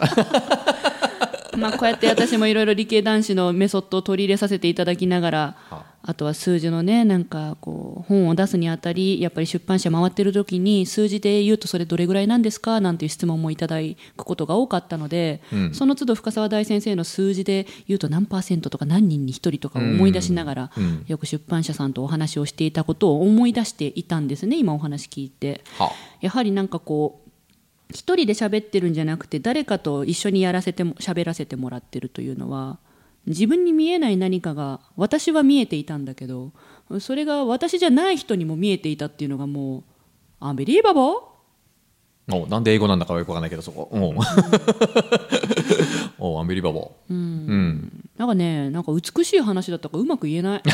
Speaker 4: まあこうやって私もいろいろ理系男子のメソッドを取り入れさせていただきながら
Speaker 1: は
Speaker 4: あとは数字のねなんかこう本を出すにあたりやっぱり出版社回ってる時に数字で言うとそれどれぐらいなんですかなんていう質問もいただくことが多かったので、
Speaker 1: うん
Speaker 4: その都度深澤大先生の数字で言うと何パーセントとか何人に一人とかを思い出しながら、
Speaker 1: うんうん
Speaker 4: よく出版社さんとお話をしていたことを思い出していたんですね今お話聞いて。
Speaker 1: は
Speaker 4: やはりなんかこう一人で喋ってるんじゃなくて誰かと一緒にやらせても喋らせてもらってるというのは自分に見えない何かが私は見えていたんだけどそれが私じゃない人にも見えていたっていうのがもうアンビリーバボー
Speaker 1: おなんで英語なんだかよくわかんないけどそこおう [LAUGHS] おうアンビリバボーうん
Speaker 4: なんかねなんか美しい話だったからうまく言えない [LAUGHS]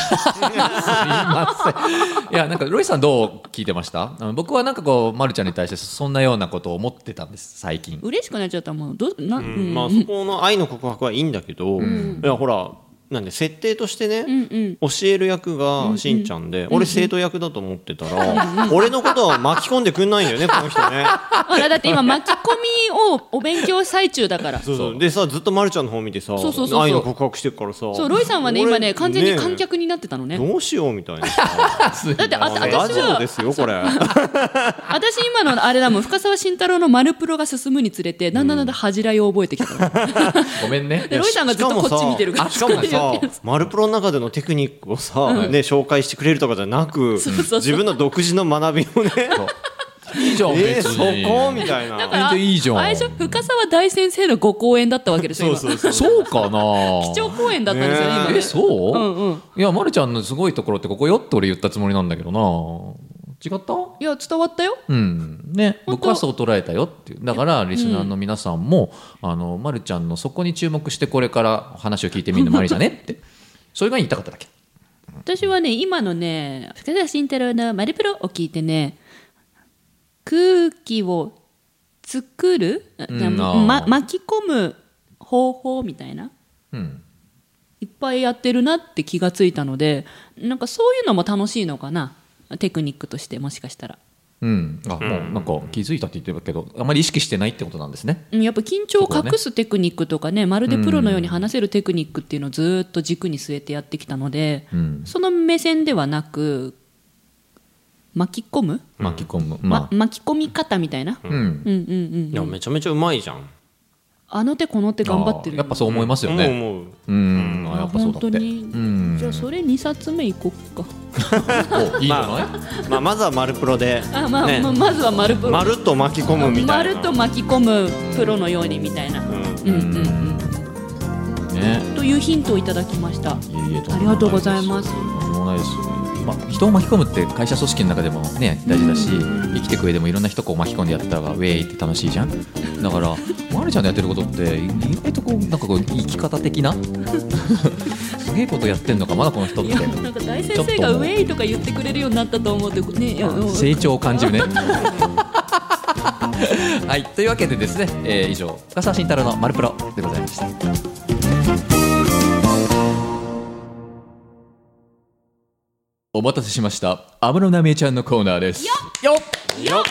Speaker 1: いやなん [LAUGHS] かロイさんどう聞いてましたあの僕はなんかこう、ま、るちゃんに対してそんなようなことを思ってたんです最近
Speaker 4: 嬉しくなっちゃったもんどうな、う
Speaker 3: うんんまあそこの愛の告白はいいんだけど、いやほらなんで設定としてね、
Speaker 4: うん
Speaker 3: 教える役がしんちゃんで、俺生徒役だと思ってたら、俺のことは巻き込んでくんないんだよねこの人
Speaker 4: [LAUGHS]
Speaker 3: ね
Speaker 4: ほらだって今巻き込みをお勉強最中だから
Speaker 3: そうそうでさずっとまるちゃんの方見てさ
Speaker 4: そうそうそうそう
Speaker 3: 愛の告白してるからさ
Speaker 4: そうロイさんはね
Speaker 3: 俺
Speaker 4: 今ね完全に観
Speaker 3: ね
Speaker 4: 客になってたのね
Speaker 3: どうしようみたいなさ
Speaker 4: だ [LAUGHS] ってあ
Speaker 3: あのラ
Speaker 4: 私
Speaker 3: ジオ
Speaker 4: は
Speaker 3: ですよこれ
Speaker 4: 私今のあれだもん深澤慎太郎の「マルプロ」が進むにつれてだんだんだんだん恥じらいを覚えてきた、
Speaker 1: ごめんね
Speaker 4: でロイさんがずっとこっち見てるから
Speaker 3: しかもさしか
Speaker 4: [LAUGHS]
Speaker 3: も
Speaker 4: こういうや
Speaker 3: さマルプロの中でのテクニックをさ、ね、紹介してくれるとかじゃなく
Speaker 4: そうそうそう
Speaker 3: 自分の独自の学び
Speaker 1: [LAUGHS]
Speaker 3: をね
Speaker 1: いいじゃん
Speaker 3: えー、
Speaker 1: 別
Speaker 3: そ
Speaker 1: に
Speaker 3: こみたいな
Speaker 4: だ
Speaker 1: 全
Speaker 4: から
Speaker 1: 然いいじゃん
Speaker 4: あれでしょ深澤大先生のご講演だったわけでしょ
Speaker 3: そう
Speaker 4: 今
Speaker 3: そうそう
Speaker 1: そうかな
Speaker 4: 基調講演だったんですよね
Speaker 3: ね
Speaker 4: 今ね
Speaker 1: えそう、
Speaker 4: うんうん
Speaker 1: いや、ま、るちゃんのすごいところってここよって俺言ったつもりなんだけどな違った
Speaker 4: いや伝わったよ
Speaker 1: うんね、
Speaker 4: 本当
Speaker 1: 僕はそう捉えたよっていうだからリスナーの皆さんも、あのま、るちゃんのそこに注目してこれから話を聞いてみるのもありじゃねってそれが言いたかっただけ
Speaker 4: 私はね今のね深澤慎太郎の「マルプロ」を聞いてね空気を作る、
Speaker 1: んあ
Speaker 4: ま
Speaker 1: ー
Speaker 4: 巻き込む方法みたいな
Speaker 1: うん
Speaker 4: いっぱいやってるなって気がついたのでなんかそういうのも楽しいのかなテクニックとしてもしかしたら
Speaker 1: うん、あ、もうなんか気づいたって言ってるけどあまり意識してないってことなんですね
Speaker 4: うんやっぱ緊張を隠すテクニックとかねまるでプロのように話せるテクニックっていうのをずーっと軸に据えてやってきたので、
Speaker 1: うん
Speaker 4: その目線ではなく巻き込む、
Speaker 1: 巻き込む、
Speaker 4: ま
Speaker 1: まあ、
Speaker 4: 巻き込み方みたいな、
Speaker 1: うん、
Speaker 4: うんうんうん
Speaker 3: いやめちゃめちゃうまいじゃん
Speaker 4: あの手この手頑張ってる
Speaker 1: あーやっぱそう思いますよね
Speaker 3: 思う思う
Speaker 1: うん、あ
Speaker 4: あ
Speaker 1: やっぱそうだって
Speaker 4: 本当に、
Speaker 1: うん
Speaker 4: じゃあそれ2冊目いこっか
Speaker 1: おいいんじゃない、
Speaker 3: まあまずはマルプロで
Speaker 4: あ、まあ
Speaker 3: ね
Speaker 4: まあまずは丸プロ
Speaker 3: まるっと巻き込むみたいな
Speaker 4: 丸と巻き込むプロのようにみたいな、
Speaker 3: うん
Speaker 4: うんうんうん、
Speaker 1: ね
Speaker 4: というヒントをいただきました
Speaker 1: いえいえとんでもないです
Speaker 4: ありがとうございます
Speaker 1: とんでもないですまあ、人を巻き込むって会社組織の中でもね大事だし生きてく上でもいろんな人こう巻き込んでやったらウェイって楽しいじゃんだからまるちゃんのやってることって意外とこうなんかこう生き方的なすげえことやってんのかまだこの人っ
Speaker 4: い
Speaker 1: て
Speaker 4: やなんか大先生がウェイとか言ってくれるようになったと思うとねいやうん
Speaker 1: 成長を感じるね [LAUGHS] はいというわけでですね、えー以上深澤慎太郎の「マルプロ」でございましたお待たせしました安室奈美恵ちゃんのコーナーですよっ
Speaker 4: いやいやいや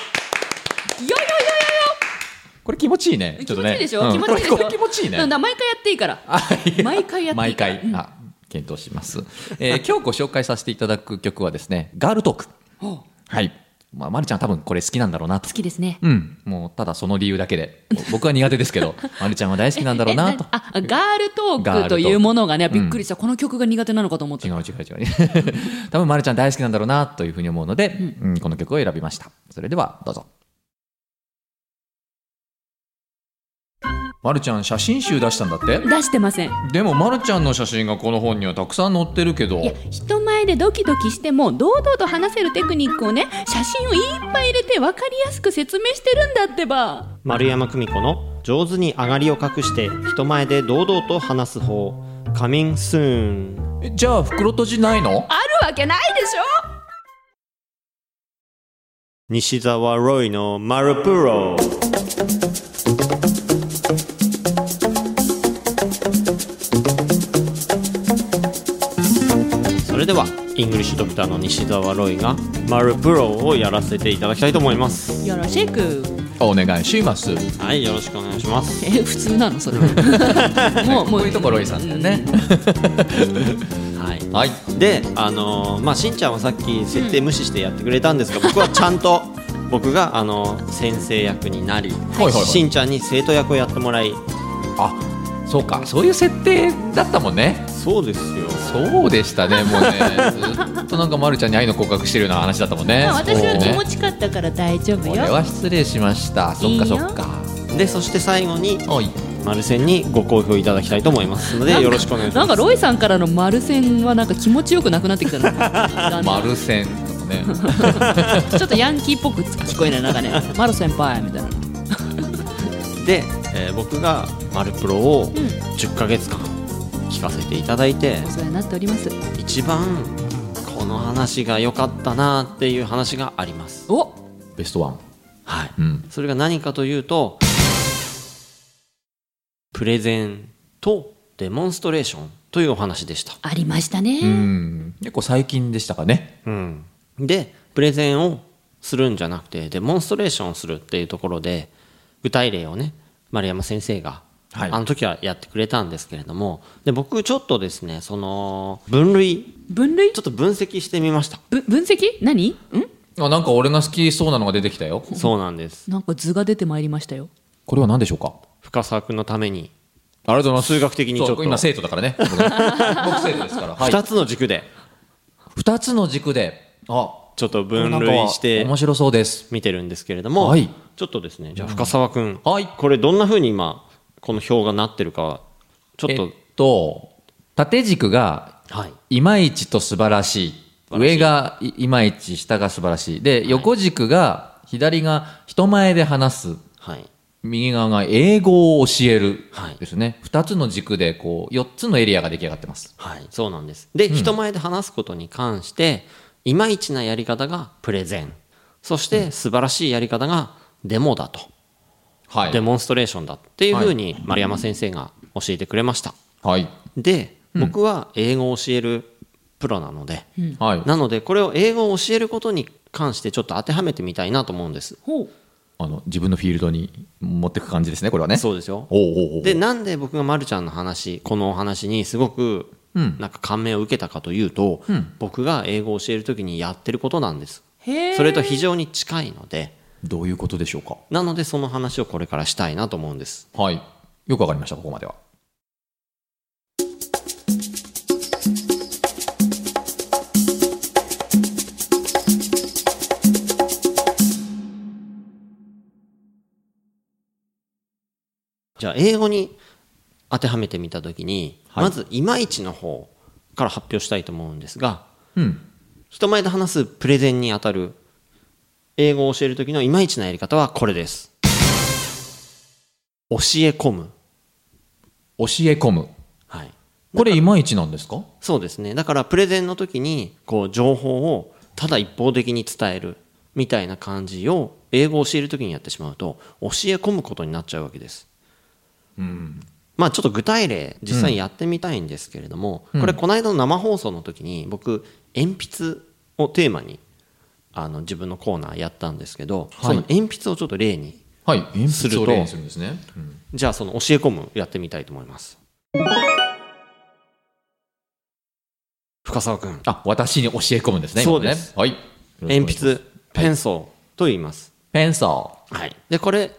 Speaker 1: これ気持ちいいね
Speaker 4: いや
Speaker 1: ちょっ
Speaker 4: 気
Speaker 1: と
Speaker 4: 持
Speaker 1: ね
Speaker 4: ちいいでしょ、気持ちいいでし
Speaker 1: うん
Speaker 4: ょ
Speaker 1: これこれ気持ちいいね
Speaker 4: なんだ毎回やっていいから
Speaker 1: あいや
Speaker 4: 毎回やっていい
Speaker 1: 毎回、
Speaker 4: うん
Speaker 1: あ検討します、えー今日ご紹介させていただく曲はですね「ガールトーク」はい、まあ、まるちゃん多分これ好きなんだろうなと
Speaker 5: 好きですね
Speaker 1: うん、もうただその理由だけで僕は苦手ですけ [LAUGHS] どまるちゃんは大好きなんだろうなと
Speaker 4: えああガールト
Speaker 1: ガー
Speaker 4: ー
Speaker 1: ルト
Speaker 4: クと
Speaker 1: ーク
Speaker 4: いうものがね
Speaker 1: ん
Speaker 4: びっくりした、この曲が苦手なのかと思っ
Speaker 1: 違
Speaker 4: た
Speaker 1: う違う [LAUGHS] 違う多分まるちゃん大好きなんだろうなというふうに思うので、うんこの曲を選びましたそれではどうぞまるちゃん写真集出したんだって
Speaker 4: 出してません
Speaker 1: でもまるちゃんの写真がこの本にはたくさん載ってるけど
Speaker 5: いや人前でドキドキしても堂々と話せるテクニックをね写真をいっぱい入れて分かりやすく説明してるんだってば
Speaker 3: 丸山久美子の上手に上がりを隠して人前で堂々と話す方カミンスーン
Speaker 1: えじゃあ袋閉じないの
Speaker 5: あるわけないでしょ
Speaker 3: 西澤ロイのマルプロそれではイングリッシュドクターの西澤ロイがマルプロをやらせていただきたいと思います
Speaker 4: よろしく
Speaker 1: お願いします
Speaker 3: はいよろしくお願いします
Speaker 4: え [LAUGHS] 普通なのそれ
Speaker 3: [LAUGHS]
Speaker 4: もうも
Speaker 1: こう
Speaker 4: う
Speaker 1: いうところいさんだよね
Speaker 3: はい
Speaker 1: はい
Speaker 3: であのーまあしんちゃんはさっき設定無視してやってくれたんですが、僕はちゃんと僕があのー先生役になり、
Speaker 1: いはいはい
Speaker 3: しんちゃんに生徒役をやってもらい
Speaker 1: あそうかそういう設定だったもんね
Speaker 3: そうですよ
Speaker 1: そうでしたね、もうね、ずっとなんかまるちゃんに愛の告白してるような話だったもんね。
Speaker 5: まあ私は気持
Speaker 1: ち
Speaker 5: ちかったから大丈夫
Speaker 1: これ
Speaker 5: よ
Speaker 1: は失礼しました。そっかそっか。
Speaker 3: でそして最後に
Speaker 1: おい、
Speaker 3: 丸線にご好評いただきたいと思いますのでよろしくお願いし
Speaker 4: な
Speaker 3: ま
Speaker 4: ん
Speaker 3: す
Speaker 4: かロイさんからの丸線はなんか気持ちよくなくなってきた
Speaker 3: [LAUGHS]
Speaker 4: な
Speaker 1: 丸線とかね。
Speaker 4: ちょっとヤンキーっぽく聞こえないなんかね「マル先輩」みたいな
Speaker 3: で、えー僕が「マルプロ」を10ヶ月間聞かせていただいて、
Speaker 4: お世話になっております
Speaker 3: 一番この話が良かったなっていう話があります
Speaker 4: お
Speaker 1: ベストワン。
Speaker 3: はい、
Speaker 1: うん。
Speaker 3: それが何かというとプレゼンとデモンストレーションというお話でした、
Speaker 5: ありました
Speaker 1: う
Speaker 5: ね
Speaker 1: ん。結構最近でしたかね。
Speaker 3: うん、でプレゼンをするんじゃなくてデモンストレーションをするっていうところで具体例をね丸山先生が、
Speaker 1: はい
Speaker 3: あの時はやってくれたんですけれどもで僕ちょっとですねその分類
Speaker 4: 分類
Speaker 3: ちょっと分析してみました
Speaker 4: ぶ分析何ん
Speaker 1: あ、なんか俺が好きそうなのが出てきたよ。
Speaker 3: そうなんです
Speaker 4: なんか図が出てまいりましたよ
Speaker 1: これは何でしょうか。
Speaker 3: 深沢君のために
Speaker 1: ありがとうございます。
Speaker 3: 数学的にちょっと
Speaker 1: そう今生徒だからね。
Speaker 3: [LAUGHS]
Speaker 1: 僕ね僕生徒ですから。はい。
Speaker 3: 2つの軸で
Speaker 1: 二つの軸で。あ。
Speaker 3: ちょっと分類して
Speaker 1: なんか面白そうです。
Speaker 3: 見てるんですけれども、
Speaker 1: はい
Speaker 3: ちょっとですねじゃあ深澤君、
Speaker 1: はい
Speaker 3: これどんなふうに今この表がなってるかちょっ
Speaker 1: え
Speaker 3: と、
Speaker 1: っと、縦軸が
Speaker 3: はい
Speaker 1: いまいちと素晴らしい。上がいいまいち、下が素晴らしい。で、横軸が、左が人前で話す。
Speaker 3: はい
Speaker 1: 右側が英語を教える
Speaker 3: はい。
Speaker 1: ですね。二、つの軸で、こう、四つのエリアが出来上がってます。
Speaker 3: はいそうなんですで、人前で話すことに関していまいちなやり方がプレゼンそして素晴らしいやり方がデモだと、
Speaker 1: は
Speaker 3: デ
Speaker 1: い。
Speaker 3: モンストレーションだっていうふうに丸山先生が教えてくれました
Speaker 1: はい。
Speaker 3: で僕は英語を教えるプロなので、
Speaker 1: はい。
Speaker 3: なのでこれを英語を教えることに関してちょっと当てはめてみたいなと思うんです。
Speaker 4: ほう
Speaker 1: あの自分のフィールドに持ってく感じですねこれはね
Speaker 3: そうですよ。
Speaker 1: おうおうおう
Speaker 3: でなんで僕がまるちゃんの話このお話にすごく
Speaker 1: うん
Speaker 3: なんか感銘を受けたかというと、
Speaker 1: うん
Speaker 3: 僕が英語を教える時にやってることなんです。
Speaker 4: へえ
Speaker 3: それと非常に近いので
Speaker 1: どういうことでしょうか
Speaker 3: なのでその話をこれからしたいなと思うんです。
Speaker 1: はいよくわかりましたここまでは
Speaker 3: じゃあ英語に当てはめてみた時に、まずいまいちの方から発表したいと思うんですが
Speaker 1: うん
Speaker 3: 人前で話すプレゼンにあたる英語を教える時のいまいちなやり方はこれです。教え込む。
Speaker 1: 教え込む
Speaker 3: はい。
Speaker 1: これいまいちなんですか
Speaker 3: そうですね。だからプレゼンの時に、こう、情報をただ一方的に伝えるみたいな感じを、英語を教える時にやってしまうと、教え込むことになっちゃうわけです。まあちょっと具体例、実際にやってみたいんですけれども、これ、この間の生放送の時に、僕、鉛筆をテーマに、あの、自分のコーナーやったんですけど、
Speaker 1: はい
Speaker 3: その鉛筆をちょっと例に、
Speaker 1: はい鉛
Speaker 3: する
Speaker 1: 筆
Speaker 3: と
Speaker 1: を例にするんですね、うん
Speaker 3: じゃあその教え込むやってみたいと思います。深澤君。
Speaker 1: あ私に教え込むんですね
Speaker 3: そうです
Speaker 1: 今ねはい
Speaker 3: 鉛筆ペンソーと言います、
Speaker 1: ペンソ
Speaker 3: はい、でこれ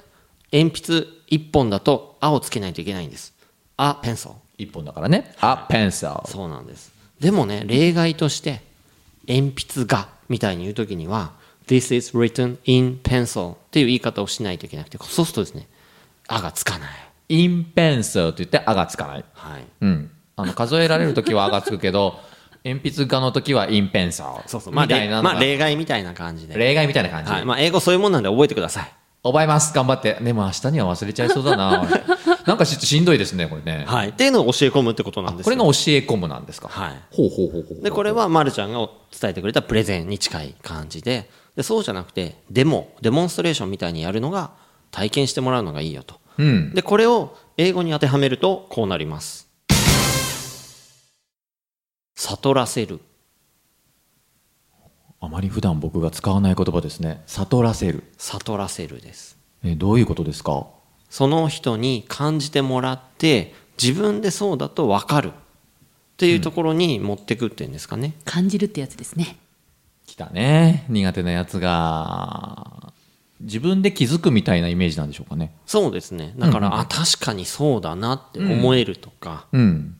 Speaker 3: 鉛筆1本だと「あ」をつけないといけないんです「あペンソ
Speaker 1: ー一本だからねあペンソ
Speaker 3: ー」
Speaker 1: ー
Speaker 3: そうなんですでもね例外として鉛筆がみたいに言う時には「This is written in pencil」っていう言い方をしないといけなくてそうするとですね「あ」がつかない、
Speaker 1: インペンソーと言ってあがつかない
Speaker 3: はい、
Speaker 1: うんあの数えられる時はあがつくけど [LAUGHS] 鉛筆画の時はインペンソー
Speaker 3: そうそうまあ、
Speaker 1: みたい
Speaker 3: 例
Speaker 1: なのが
Speaker 3: まあ例外みたいな感じで、
Speaker 1: 例外みたいな感じ、
Speaker 3: はいまあ、英語そういうもんなんで覚えてください
Speaker 1: 覚えます頑張ってでも明日には忘れちゃいそうだな俺なんかちょっとしんどいですねこれね、
Speaker 3: はい、っていうのを教え込むってことなんです
Speaker 1: これ
Speaker 3: よ
Speaker 1: が教え込むなんですか
Speaker 3: はい
Speaker 1: ほうほうほうほう
Speaker 3: でこれはまるちゃんが伝えてくれたプレゼンに近い感じででそうじゃなくてデモデモンストレーションみたいにやるのが体験してもらうのがいいよと
Speaker 1: うん
Speaker 3: でこれを英語に当てはめるとこうなります悟らせる
Speaker 1: あまり普段僕が使わない言葉ですね悟らせる
Speaker 3: 悟らせるです
Speaker 1: えどういうことですか
Speaker 3: その人に感じてもらって自分でそうだと分かるっていうところに持ってくっていうんですかね、
Speaker 4: 感じるってやつですね
Speaker 1: 来たね苦手なやつが自分で気づくみたいなイメージなんでしょうかね
Speaker 3: そうですねだから、
Speaker 1: うん
Speaker 3: あ確かにそうだなって思えるとか、
Speaker 1: うん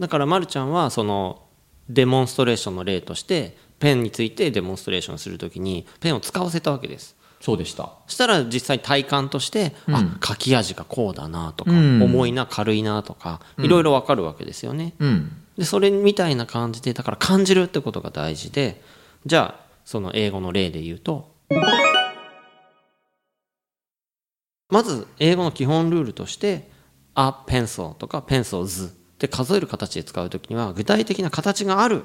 Speaker 3: だからまるちゃんはそのデモンストレーションの例としてペンについてデモンストレーションするときにペンを使わせたわけです
Speaker 1: そうでした
Speaker 3: したら実際体感として、あ書き味がこうだなとか、
Speaker 1: うん
Speaker 3: 重いな軽いなとかいろいろわかるわけですよね、
Speaker 1: うん
Speaker 3: でそれみたいな感じでだから感じるってことが大事でじゃあその英語の例で言うとまず英語の基本ルールとして「a pencil」とか「pencils」って数える形で使う時には具体的な形がある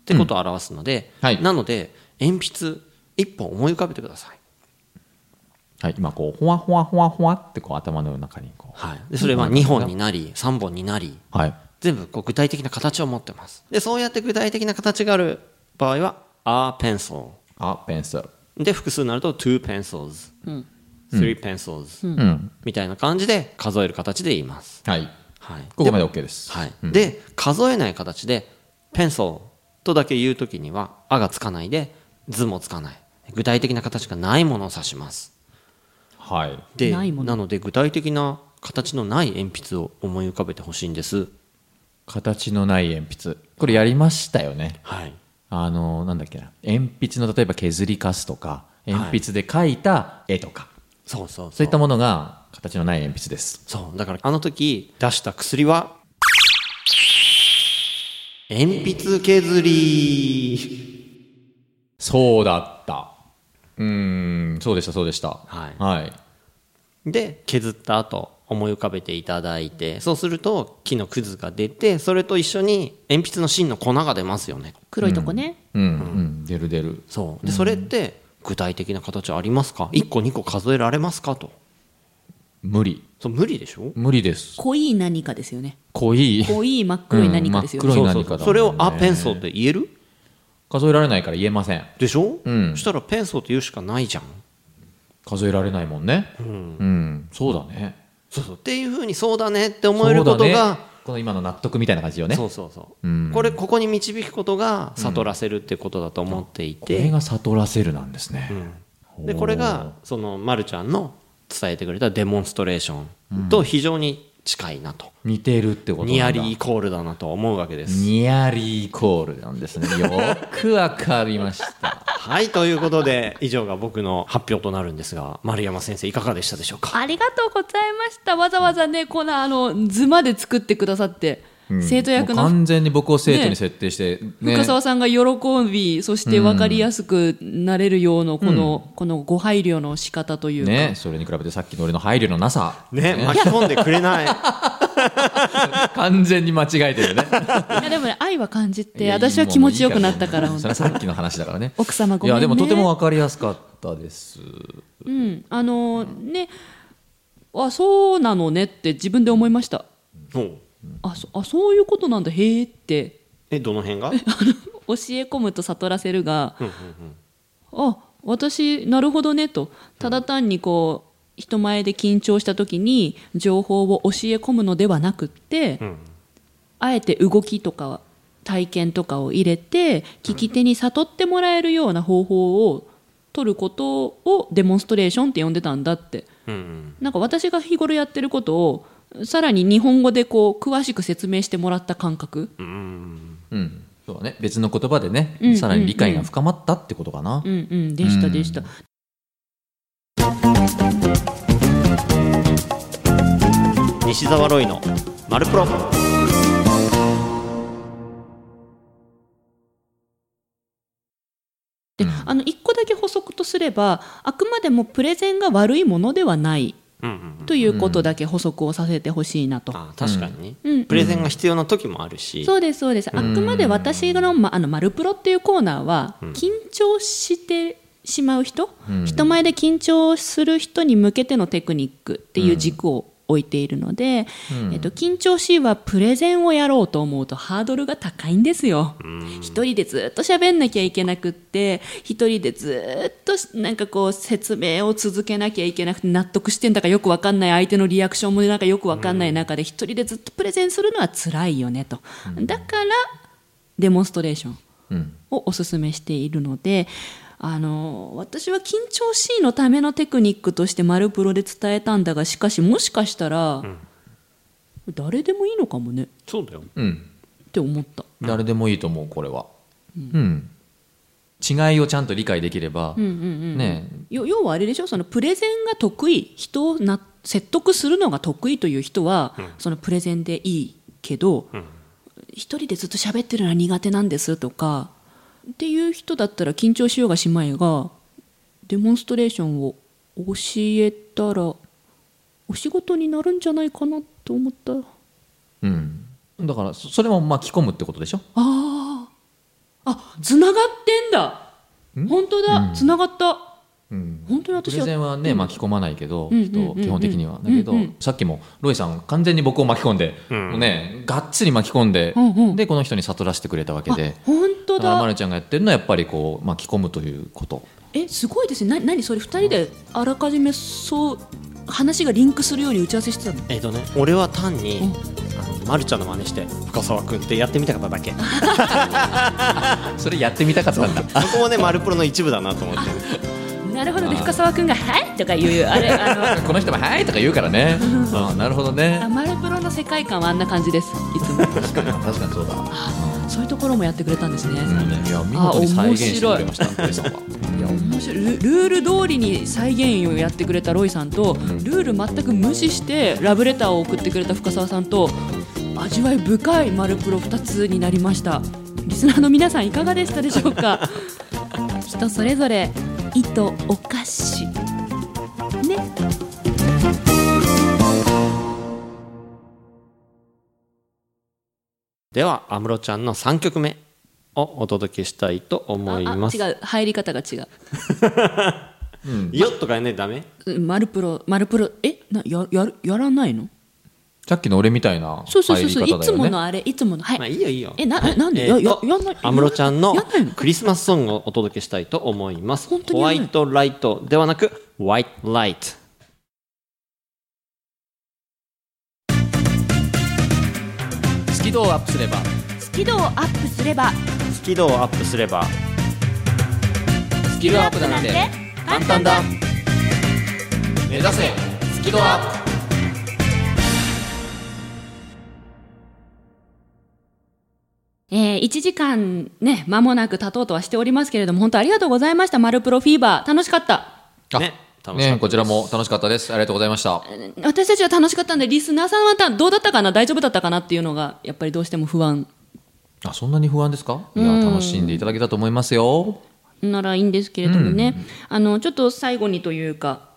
Speaker 3: ってことを表すので、
Speaker 1: うんはい
Speaker 3: なので鉛筆一本思い浮かべてください、
Speaker 1: はい今こうほわほわほわほわってこう頭の中にこ
Speaker 3: はい、でそれは2本になり3本になり
Speaker 1: うはい
Speaker 3: 全部こう具体的な形を持ってますでそうやって具体的な形がある場合は「a pencil
Speaker 1: あペンソー」
Speaker 3: で複数になると「two pencils」three pencils」
Speaker 1: うん
Speaker 3: みたいな感じで数える形で言います、
Speaker 1: はい
Speaker 3: はい、
Speaker 1: ここまで
Speaker 3: で
Speaker 1: OK です
Speaker 3: はいで数えない形で「pencil」とだけ言うときには「あ」がつかないで「図」もつかない具体的な形がないものを指します
Speaker 1: はい
Speaker 3: で
Speaker 4: ないもの
Speaker 3: なので具体的な形のない鉛筆を思い浮かべてほしいんです
Speaker 1: 形のない鉛筆これやりましたよね
Speaker 3: はい
Speaker 1: あのなんだっけな鉛筆の例えば削りカスとか鉛筆で描いた絵とか、
Speaker 3: そうそうそう
Speaker 1: そういったものが形のない鉛筆です
Speaker 3: そう、だからあの時出した薬は、鉛筆削り。
Speaker 1: そうだったうーんそうでしたそうでした
Speaker 3: はい
Speaker 1: はい、
Speaker 3: で、削った後、思い浮かべていただいて、そうすると木のくずが出て、それと一緒に鉛筆の芯の粉が出ますよね。
Speaker 4: 黒いとこね、
Speaker 1: うんうん、出る出る
Speaker 3: そう。で、それって具体的な形ありますか ?1 個2個数えられますかと。
Speaker 1: 無理
Speaker 3: そう、無理でしょ
Speaker 1: 無理です
Speaker 4: 濃い何かですよね
Speaker 1: 濃い
Speaker 4: 濃い真っ黒い何かですよね、
Speaker 1: うん真っ黒い
Speaker 3: そうそ
Speaker 1: 何
Speaker 3: う
Speaker 1: かだもんね
Speaker 3: それをアペンソーって言える
Speaker 1: [LAUGHS] 数えられないから言えません
Speaker 3: でしょ、
Speaker 1: うん
Speaker 3: そしたらペンソーって言うしかないじゃん
Speaker 1: 数えられないもんねうん、そうだね
Speaker 3: そうそうっていうふうにそうだねって思えること
Speaker 1: そうだ
Speaker 3: が
Speaker 1: ね、この今の納得みたいな感じよね
Speaker 3: そうそうそう、これここに導くことが悟らせるってことだと思ってい
Speaker 1: これ
Speaker 3: て、
Speaker 1: が悟らせるなんですね、
Speaker 3: でこれがそのまるちゃんの伝えてくれたデモンストレーションと非常に近いなと、
Speaker 1: 似てるってことなんだ
Speaker 3: ニアリーイコールだなと思うわけです。
Speaker 1: ニアリーイコールなんですねよくわかりました
Speaker 3: はいということで以上が僕の発表となるんですが丸山先生いかがでしたでしょうか
Speaker 4: ありがとうございました。わざわざね、こんなあの図まで作ってくださって、生徒役
Speaker 1: もう
Speaker 4: の
Speaker 1: 完全に僕を生徒に設定して、ね
Speaker 4: 深澤さんが喜び、そして分かりやすくなれるようなこの、このご配慮の仕方というか、
Speaker 1: ねそれに比べてさっきの俺の配慮のなさ
Speaker 3: ね巻き込んでくれ [LAUGHS] ない
Speaker 1: 完全に間違えてるね
Speaker 4: いやでもね愛は感じ
Speaker 1: い
Speaker 4: て
Speaker 1: や
Speaker 4: 私は気持ちよくなったから
Speaker 1: いいもういいそれ
Speaker 4: 本
Speaker 1: はさっきの話だからね
Speaker 4: 奥様ごめ
Speaker 1: い
Speaker 4: ん
Speaker 1: や
Speaker 4: ね
Speaker 1: でもとてもわかりやすかったです
Speaker 4: 当うんあのねあそうなのねって自分で思いました
Speaker 3: もう
Speaker 4: あそあそういうことなんだへえって [LAUGHS]
Speaker 3: えどの辺が
Speaker 4: 教え込むと悟らせるが、あ私なるほどねとただ単にこう人前で緊張した時に情報を教え込むのではなくって、
Speaker 3: ん
Speaker 4: あえて動きとか体験とかを入れて聞き手に悟ってもらえるような方法を取ることをデモンストレーションって呼んでたんだって。
Speaker 3: うん
Speaker 4: なんか私が日頃やってることをさらに日本語でこう詳しく説明してもらった感覚、
Speaker 3: うんうん
Speaker 1: うんそうだね別の言葉でね、
Speaker 4: うん
Speaker 1: さらに理解が深まったってことかな、
Speaker 4: うんうんでしたでした、
Speaker 3: 西澤ロイの「マルプロ」
Speaker 4: で、あの一個だけ補足とすればあくまでもプレゼンが悪いものではない
Speaker 3: うんうん、
Speaker 4: ということだけ補足をさせてほしいなと、
Speaker 3: あ確かにね、
Speaker 4: うん
Speaker 3: プレゼンが必要な時もあるし、
Speaker 4: そうですそうですあくまで私の,、ま、あのマルプロっていうコーナーは緊張してしまう人、人前で緊張する人に向けてのテクニックっていう軸を置いているので、えっと、緊張しいはプレゼンをやろうと思うとハードルが高いんですよ。一人でずっと喋んなきゃいけなくって一人でずっとしなんかこう説明を続けなきゃいけなくて納得してんだかよくわかんない相手のリアクションもなんかよくわかんない中で一人でずっとプレゼンするのは辛いよねと、だからデモンストレーション
Speaker 1: うん
Speaker 4: をおすすめしているのであの私は緊張しいのためのテクニックとして「マルプロ」で伝えたんだがしかしもしかしたら、誰でもいいのかもねっ
Speaker 3: そうだよ
Speaker 1: うん
Speaker 4: て思った。
Speaker 1: 誰でもいいと思うこれはうん、違いをちゃんと理解できれば、ね
Speaker 4: よ要はあれでしょそのプレゼンが得意人をな説得するのが得意という人は、そのプレゼンでいいけど、一人でずっと喋ってるのは苦手なんですとかっていう人だったら緊張しようがしまいがデモンストレーションを教えたらお仕事になるんじゃないかなと思ったあ
Speaker 1: うんだからそそれも巻き込むってことでしょ
Speaker 4: ああつながってんだ本当だつながった
Speaker 1: うん
Speaker 4: 本当に
Speaker 1: プ
Speaker 4: 私
Speaker 1: レゼンはね、巻き込まないけど、
Speaker 4: ん
Speaker 1: 人を
Speaker 4: うん
Speaker 1: 基本的には、
Speaker 4: うん
Speaker 1: だけど、
Speaker 4: うんうん
Speaker 1: さっきもロイさん完全に僕を巻き込んで、
Speaker 3: ん
Speaker 1: もうねがっつり巻き込んで、
Speaker 4: うんうん
Speaker 1: でこの人に悟らせてくれたわけで
Speaker 4: 本当
Speaker 1: だから
Speaker 4: だ
Speaker 1: まるちゃんがやってるのはやっぱりこう巻き込むということ
Speaker 4: えすごいですねな何それ2人であらかじめそう話がリンクするように打ち合わせしてたの
Speaker 3: えっ、とね俺は単に、
Speaker 4: うん
Speaker 3: あのまるちゃんの真似して深澤君ってやってみたかっただけそ
Speaker 1: それやってみたかったんだ
Speaker 3: こもねマルプロの一部だなと思って
Speaker 6: なるほどで深澤君が「はい」とか言うあれあの
Speaker 1: この人も「はい」とか言うからねあなるほどね
Speaker 4: [LAUGHS] あマルプロの世界観はあんな感じですいつも [LAUGHS]
Speaker 1: 確かに確かにそうだ、
Speaker 4: そういうところもやってくれたんですね、
Speaker 1: いや見事に再現してくれましたロイさんはい
Speaker 4: や面白いルルール通りに再現をやってくれたロイさんとルール全く無視してラブレターを送ってくれた深澤さんと味わい深いマルプロ2つになりましたリスナーの皆さんいかがでしたでしょう
Speaker 3: [LAUGHS]
Speaker 4: か
Speaker 7: 人それぞれ意図お菓子ね
Speaker 3: では安室ちゃんの3曲目をお届けしたいと思いま
Speaker 4: あ
Speaker 3: す
Speaker 4: 違う入り方が違う
Speaker 3: よっとかねダメ
Speaker 4: うんマルプロ、マルプロ、えなややるやらないの
Speaker 1: さっきの俺みたいな
Speaker 4: そうそう
Speaker 1: 入
Speaker 4: そう
Speaker 1: り方
Speaker 4: そう、
Speaker 1: だよ
Speaker 4: い
Speaker 1: ね
Speaker 4: つものあれいつものはい、
Speaker 3: まあいいよいいよ
Speaker 4: えななんで、
Speaker 3: え
Speaker 4: や
Speaker 3: ー
Speaker 4: や
Speaker 3: と
Speaker 4: やんない
Speaker 3: 安室ちゃんの
Speaker 4: やんないの
Speaker 3: クリスマスソングをお届けしたいと思います
Speaker 4: 本当に
Speaker 3: ホ
Speaker 4: やん
Speaker 3: ワ
Speaker 4: ない
Speaker 3: イトライトではなくホワイトライト
Speaker 1: スキルをアップすれば
Speaker 8: スキドをアップすれば
Speaker 3: スキドをアップすれば
Speaker 1: スキルアップなんて簡単だ目指せスキルアップ
Speaker 4: えー、1時間ね、間もなく経とうとはしておりますけれども、本当ありがとうございました、マルプロフィーバー。楽しかった。
Speaker 1: あ
Speaker 3: ね楽しかったです
Speaker 1: ねこちらも楽しかったですありがとうございました
Speaker 4: 私たちは楽しかったんで、リスナーさんはたどうだったかな、大丈夫だったかなっていうのが、やっぱりどうしても不安
Speaker 1: あそんなに不安ですかいや楽しんでいただけたと思いますよ
Speaker 4: ならいいんですけれどもね、あのちょっと最後にというか、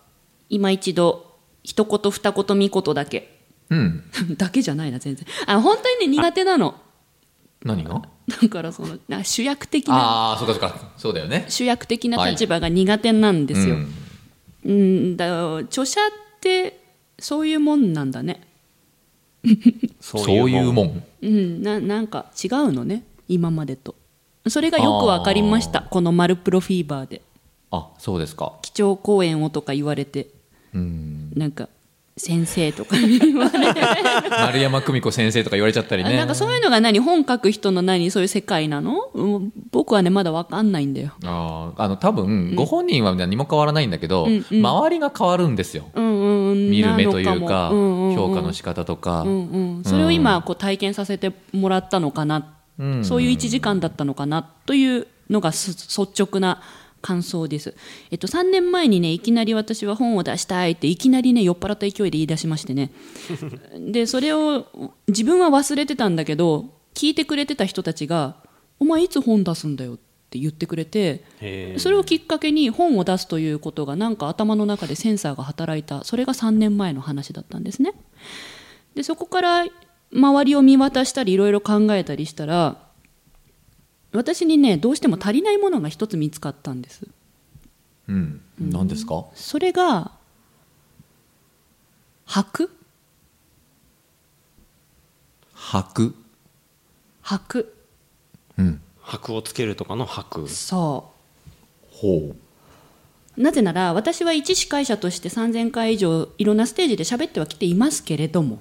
Speaker 4: 今一度、一言、二言、三言だけ。 [LAUGHS]
Speaker 1: うん
Speaker 4: だけじゃないな、全然。あ本当にね、苦手なの。
Speaker 1: 何が
Speaker 4: だからその、なんか主役的な、
Speaker 1: ああそうかそうかそうだよね
Speaker 4: 主役的な立場が苦手なんですよ。
Speaker 1: うん
Speaker 4: うんだ著者ってそういうもんなんだね
Speaker 3: そ
Speaker 1: そういうも
Speaker 3: ん
Speaker 1: ん
Speaker 4: うんななんか違うのね今までとそれがよくわかりましたこの「マルプロフィーバー」で
Speaker 1: あそうですか
Speaker 4: 基調講演をとか言われて
Speaker 1: うん
Speaker 4: なんか先生とか言われて、
Speaker 1: 丸山久美子先生とか言われちゃったり
Speaker 4: あ
Speaker 1: ね
Speaker 4: なんかそういうのが何本書く人の何そういう世界なの、うん僕はねまだわかんないんだよ
Speaker 1: あーあの多分ご本人は何も変わらないんだけど、周りが変わるんですよ、
Speaker 4: うんうんうん
Speaker 1: 見る目というか
Speaker 4: なのもうんうんうん
Speaker 1: 評価の仕方とか、
Speaker 4: うんうん、それを今こう体験させてもらったのかな、
Speaker 1: ん
Speaker 4: そういう1時間だったのかなというのがす率直な感想です、えっと、3年前にねいきなり私は本を出したいっていきなりね酔っ払った勢いで言い出しまして [LAUGHS] ねでそれを自分は忘れてたんだけど聞いてくれてた人たちが「お前いつ本出すんだよ」って言ってくれて
Speaker 3: へー
Speaker 4: それをきっかけに本を出すということがなんか頭の中でセンサーが働いたそれが3年前の話だったんですね。でそこから周りを見渡したりいろいろ考えたりしたら私にねどうしても足りないものが一つ見つかったんです
Speaker 1: うん何ですか
Speaker 4: それが白
Speaker 1: 白
Speaker 4: 白
Speaker 1: うん
Speaker 3: 箔をつけるとかの箔
Speaker 4: そ
Speaker 1: ほう
Speaker 4: うなぜなら私は一司会者として3000回以上いろんなステージで喋ってはきていますけれども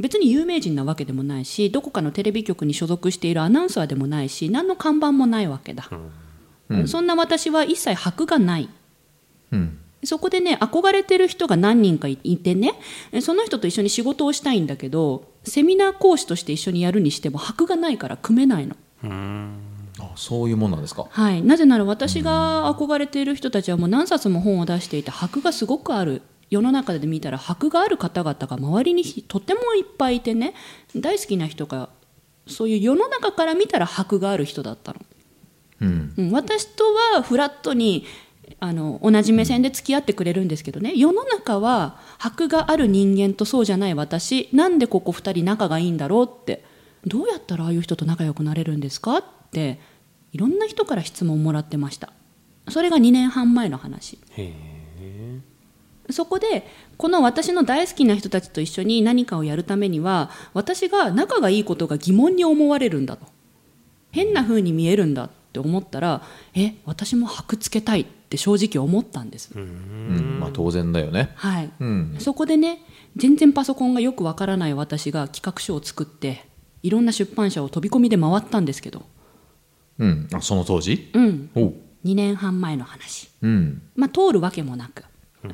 Speaker 4: 別に有名人なわけでもないしどこかのテレビ局に所属しているアナウンサーでもないし何の看板もないわけだ、そんな私は一切白がない
Speaker 1: うん
Speaker 4: そこでね憧れてる人が何人かいいてねえその人と一緒に仕事をしたいんだけどセミナー講師として一緒にやるにしても箔がないから組めないの、
Speaker 1: あそういうもんなんですか
Speaker 4: はい、なぜなら私が憧れている人たちはもう何冊も本を出していて箔がすごくある世の中で見たら箔がある方々が周りにひとてもいっぱいいてね大好きな人がそういう世の中から見たら箔がある人だったの。
Speaker 1: うん
Speaker 4: うん、私とはフラットにあの同じ目線で付き合ってくれるんですけどね世の中は箔がある人間とそうじゃない私なんでここ2人仲がいいんだろうってどうやったらああいう人と仲良くなれるんですかっていろんな人から質問をもらってましたそれが2年半前の話そこでこの私の大好きな人たちと一緒に何かをやるためには私が仲がいいことが疑問に思われるんだと変な風に見えるんだって思ったらえ私も箔つけたいって正直思ったんです、
Speaker 1: うんまあ当然だよね
Speaker 4: はい、
Speaker 1: うん
Speaker 4: そこでね全然パソコンがよくわからない私が企画書を作っていろんな出版社を飛び込みで回ったんですけど
Speaker 1: うんあその当時
Speaker 4: うん
Speaker 1: おう
Speaker 4: 2年半前の話
Speaker 1: うん
Speaker 4: まあ通るわけもなく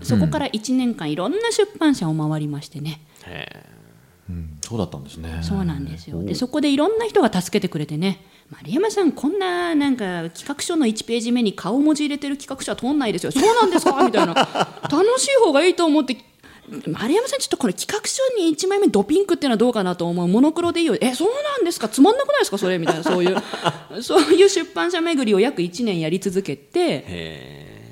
Speaker 4: そこから1年間いろんな出版社を回りましてね、
Speaker 3: へ
Speaker 1: そうだったんですね
Speaker 4: そうなんですよでそこでいろんな人が助けてくれてね丸山さん、こんななんか企画書の1ページ目に顔文字入れてる企画書は通んないですよ、そうなんですかみたいな、楽しい方がいいと思って、丸山さん、ちょっとこれ企画書に1枚目ドピンクっていうのはどうかなと思う、モノクロでいいよ、え、そうなんですか、つまんなくないですか、それみたいな、そういう、そういう出版社巡りを約1年やり続けて、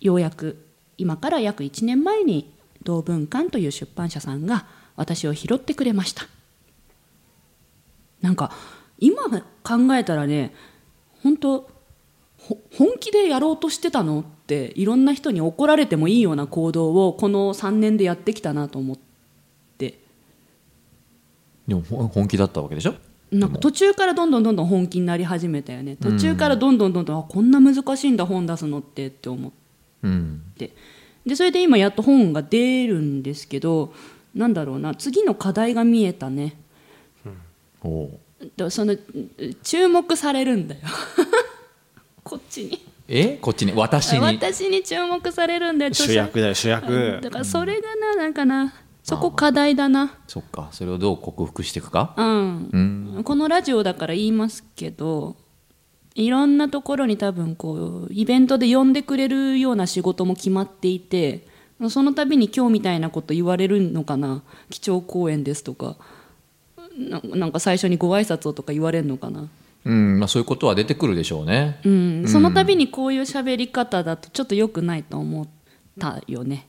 Speaker 4: ようやく今から約1年前に同文館という出版社さんが私を拾ってくれましたなんか今考えたらね本当ほ本気でやろうとしてたのっていろんな人に怒られてもいいような行動をこの3年でやってきたなと思って
Speaker 1: でもほ本気だったわけでしょ
Speaker 4: なんか途中からどんどんどんどん本気になり始めたよね途中からどんどんどんどん、あこんな難しいんだ本出すのってって思っ
Speaker 1: うん
Speaker 4: てでそれで今やっと本が出るんですけどなんだろうな次の課題が見えたね
Speaker 1: おお
Speaker 4: だその注目されるんだよ [LAUGHS] こっちに
Speaker 1: えこっちに私に
Speaker 4: 私に注目されるんだよ
Speaker 3: 主役だよ主役
Speaker 4: だからそれがななんかなそこ課題だな
Speaker 1: そっかそれをどう克服していくか
Speaker 4: うん
Speaker 1: うん
Speaker 4: このラジオだから言いますけどいろんなところに多分こうイベントで呼んでくれるような仕事も決まっていてその度に今日みたいなこと言われるのかな基調講演ですとかななんか最初にご挨拶をとか言われるのかな
Speaker 1: うんまあ、そういうことは出てくるでしょうね
Speaker 4: う。ん、その度にこういう喋り方だとちょっと良くないと思ったよね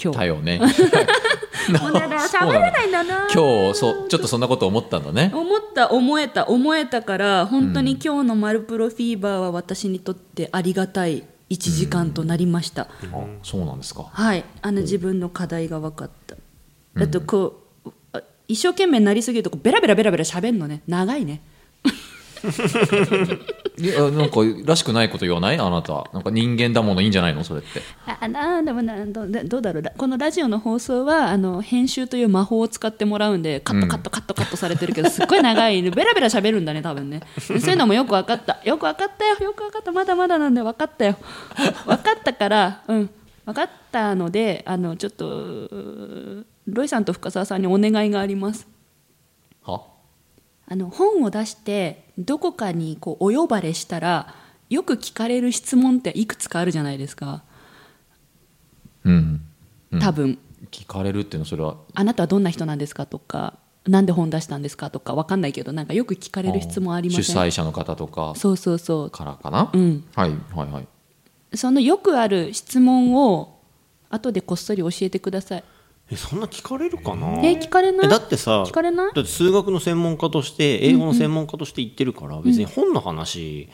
Speaker 4: 今
Speaker 1: だ
Speaker 4: 日
Speaker 1: よ
Speaker 4: [LAUGHS]
Speaker 1: ね。
Speaker 4: もうだから喋れないんだな
Speaker 1: 今日そうちょっとそんなこと思ったんだね。
Speaker 4: 思った思えた思えたから本当に今日の「マルプロフィーバー」は私にとってありがたい1時間となりました、
Speaker 1: あそうなんですか。
Speaker 4: はいあの自分の課題が分かった、あとこうあ一生懸命なりすぎるとこうベラベラベラベラ喋るのね長いね
Speaker 1: いやなんからしくないこと言わないあなた。なんか人間だものいいんじゃないのそれって。
Speaker 4: あなんでもなんどどうだろうこのラジオの放送はあの編集という魔法を使ってもらうんでカットカットカットカットされてるけど、すっごい長いベラベラ喋るんだね多分ねそういうのもよく分かったよく分かったよよく分かったまだまだなんで分かったよ [LAUGHS] 分かったからうん分かったのであのちょっとうーロイさんと深澤さんにお願いがあります
Speaker 1: は
Speaker 4: あの本を出してどこかにこうお呼ばれしたらよく聞かれる質問っていくつかあるじゃないですか
Speaker 1: うん。
Speaker 4: 多分。
Speaker 1: 聞かれるっていうのはそれは。
Speaker 4: あなたはどんな人なんですかとかなんで本出したんですかとかわかんないけどなんかよく聞かれる質問ありません
Speaker 1: 主催者の方とか
Speaker 4: そうそうそ
Speaker 1: からかな。
Speaker 4: ううん
Speaker 1: はいはいはい。
Speaker 4: そのよくある質問を後でこっそり教えてください
Speaker 3: えそんな聞かれるかな
Speaker 4: え聞かれない
Speaker 3: えだってさ
Speaker 4: 聞かれない
Speaker 3: だって数学の専門家として英語の専門家として言ってるから、別に本の話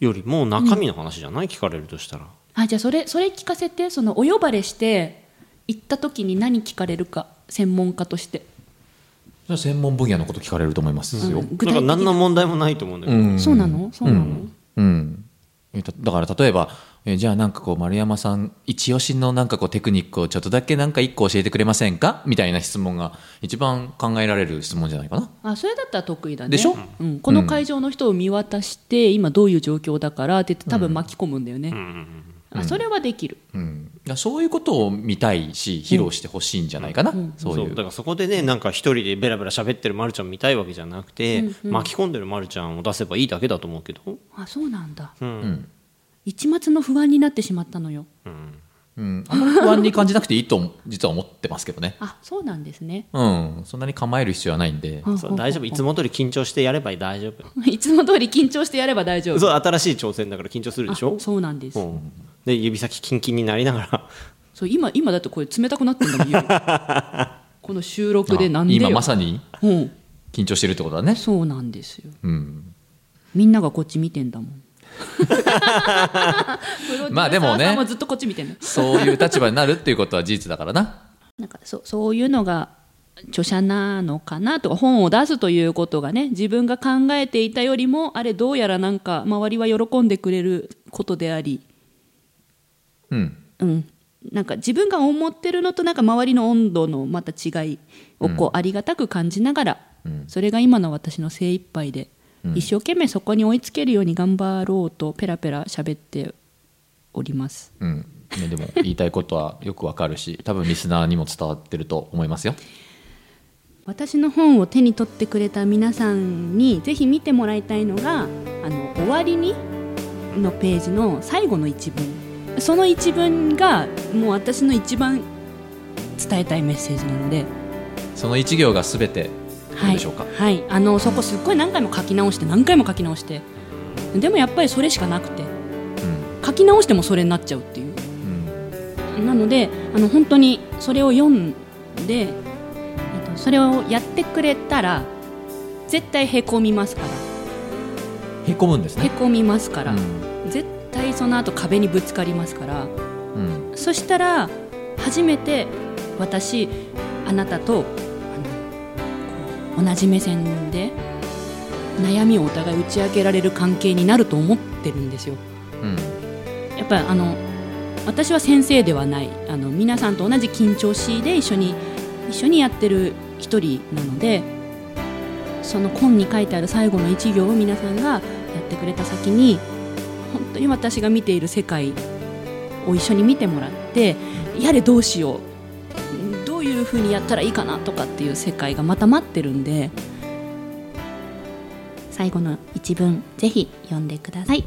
Speaker 3: よりも中身の話じゃない、聞かれるとしたら
Speaker 4: あじゃあそれそれ聞かせてそのお呼ばれして行った時に何聞かれるか専門家として、
Speaker 1: それは専門分野のこと聞かれると思いますよ。
Speaker 4: 具
Speaker 3: だから
Speaker 4: 体的
Speaker 3: 何の問題もないと思うんだけど、
Speaker 1: うん
Speaker 4: そうなのそうなの、
Speaker 1: うん、えただから例えば、えじゃあなんかこう丸山さん一押しのなんかこうテクニックをちょっとだけなんか一個教えてくれませんかみたいな質問が一番考えられる質問じゃないかな。
Speaker 4: あそれだったら得意だね
Speaker 1: でしょ
Speaker 4: うん、この会場の人を見渡して、今どういう状況だからって言って多分巻き込むんだよね、あそれはできる、
Speaker 1: うん、だからそういうことを見たいし披露してほしいんじゃないかな、そう
Speaker 3: そ
Speaker 1: いうう
Speaker 3: だからそこでねなんか一人でベラベラ喋ってるまるちゃん見たいわけじゃなくて、巻き込んでるまるちゃんを出せばいいだけだと思うけど、
Speaker 4: あそうなんだ
Speaker 3: うん
Speaker 4: 一末の不安になってしまったのよ
Speaker 1: うん、あんまり不安に感じなくていいと思実は思ってますけどね、
Speaker 4: あそうなんですね [LAUGHS]
Speaker 1: うん、そんなに構える必要はないんで、
Speaker 3: そう大丈夫いつも通り緊張してやれば大丈夫
Speaker 4: いつも通り緊張してやれば大丈夫
Speaker 3: そう新しい挑戦だから緊張するでしょ
Speaker 4: あそうなんです、
Speaker 3: うんで指先キンキンになりながら
Speaker 4: そう今今だってこれ冷たくなってんだもん
Speaker 3: [LAUGHS]
Speaker 4: 指この収録でなんでよ
Speaker 1: 今まさに
Speaker 4: うん、
Speaker 1: 緊張してるってことだね、
Speaker 4: そうなんですよ
Speaker 1: うん、
Speaker 4: みんながこっち見てんだも
Speaker 1: [LAUGHS]
Speaker 4: ん [LAUGHS]
Speaker 1: まあでもね
Speaker 4: プロデューサーさんずっとこっち見てんの
Speaker 1: そういう立場になるっていうことは事実だからな。
Speaker 4: なんかそそういうのが著者なのかなとか本を出すということがね自分が考えていたよりもあれどうやらなんか周りは喜んでくれることであり、
Speaker 1: うん
Speaker 4: うん、なんか自分が思ってるのとなんか周りの温度のまた違いをこうありがたく感じながら、それが今の私の精一杯で、一生懸命そこに追いつけるように頑張ろうとペラペラ喋っております。
Speaker 1: うん、ね、でも言いたいことはよくわかるし多分リスナーにも伝わってると思いますよ
Speaker 4: 私の本を手に取ってくれた皆さんにぜひ見てもらいたいのが「あの終わりに」のページの最後の一文その一文がもう私の一番伝えたいメッセージなので、
Speaker 1: その一行が全てどうでしょうか、
Speaker 4: はい、あのそこすっごい何回も書き直して何回も書き直してでもやっぱりそれしかなくて書き直してもそれになっちゃうっていう
Speaker 1: うん
Speaker 4: なのであの本当にそれを読んで、えっと、それをやってくれたら絶対へこみますか
Speaker 1: うん、へこむんです
Speaker 4: らへ
Speaker 1: ね
Speaker 4: こみますか
Speaker 1: う
Speaker 4: ら、
Speaker 1: ん、
Speaker 4: 絶対その後壁にぶつかりますから
Speaker 1: うん、
Speaker 4: そしたら初めて私あなたとあのこ同じ目線で悩みをお互い打ち明けられる関係になると思ってるんですよ
Speaker 1: うん
Speaker 4: やっぱりあの私は先生ではないあの皆さんと同じ緊張しで一緒に一緒にやってる一人なのでその本に書いてある最後の一行を皆さんがやってくれた先に本当に私が見ている世界を一緒に見てもらってやれどうしようどういうふうにやったらいいかなとかっていう世界がまた待ってるんで
Speaker 9: 最後の一文ぜひ読んでください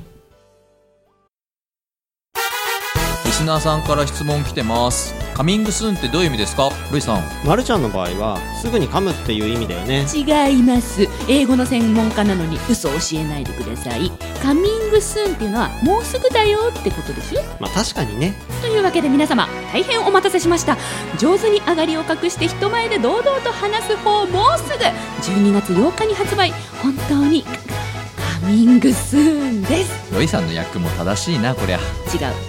Speaker 1: リスナーさんから質問来てますカミングスーンってどういう意味ですかルイさん
Speaker 3: まるちゃんの場合はすぐに噛むっていう意味だよね
Speaker 4: 違います英語の専門家なのに嘘を教えないでくださいカミングスーンっていうのはもうすぐだよってことですよ
Speaker 3: まあ確かにね
Speaker 4: というわけで皆様大変お待たせしました上手に上がりを隠して人前で堂々と話す方もうすぐ12月8日に発売本当にカカミングスーンです
Speaker 1: ルイさんの役も正しいなこりゃ
Speaker 4: 違う
Speaker 1: [LAUGHS]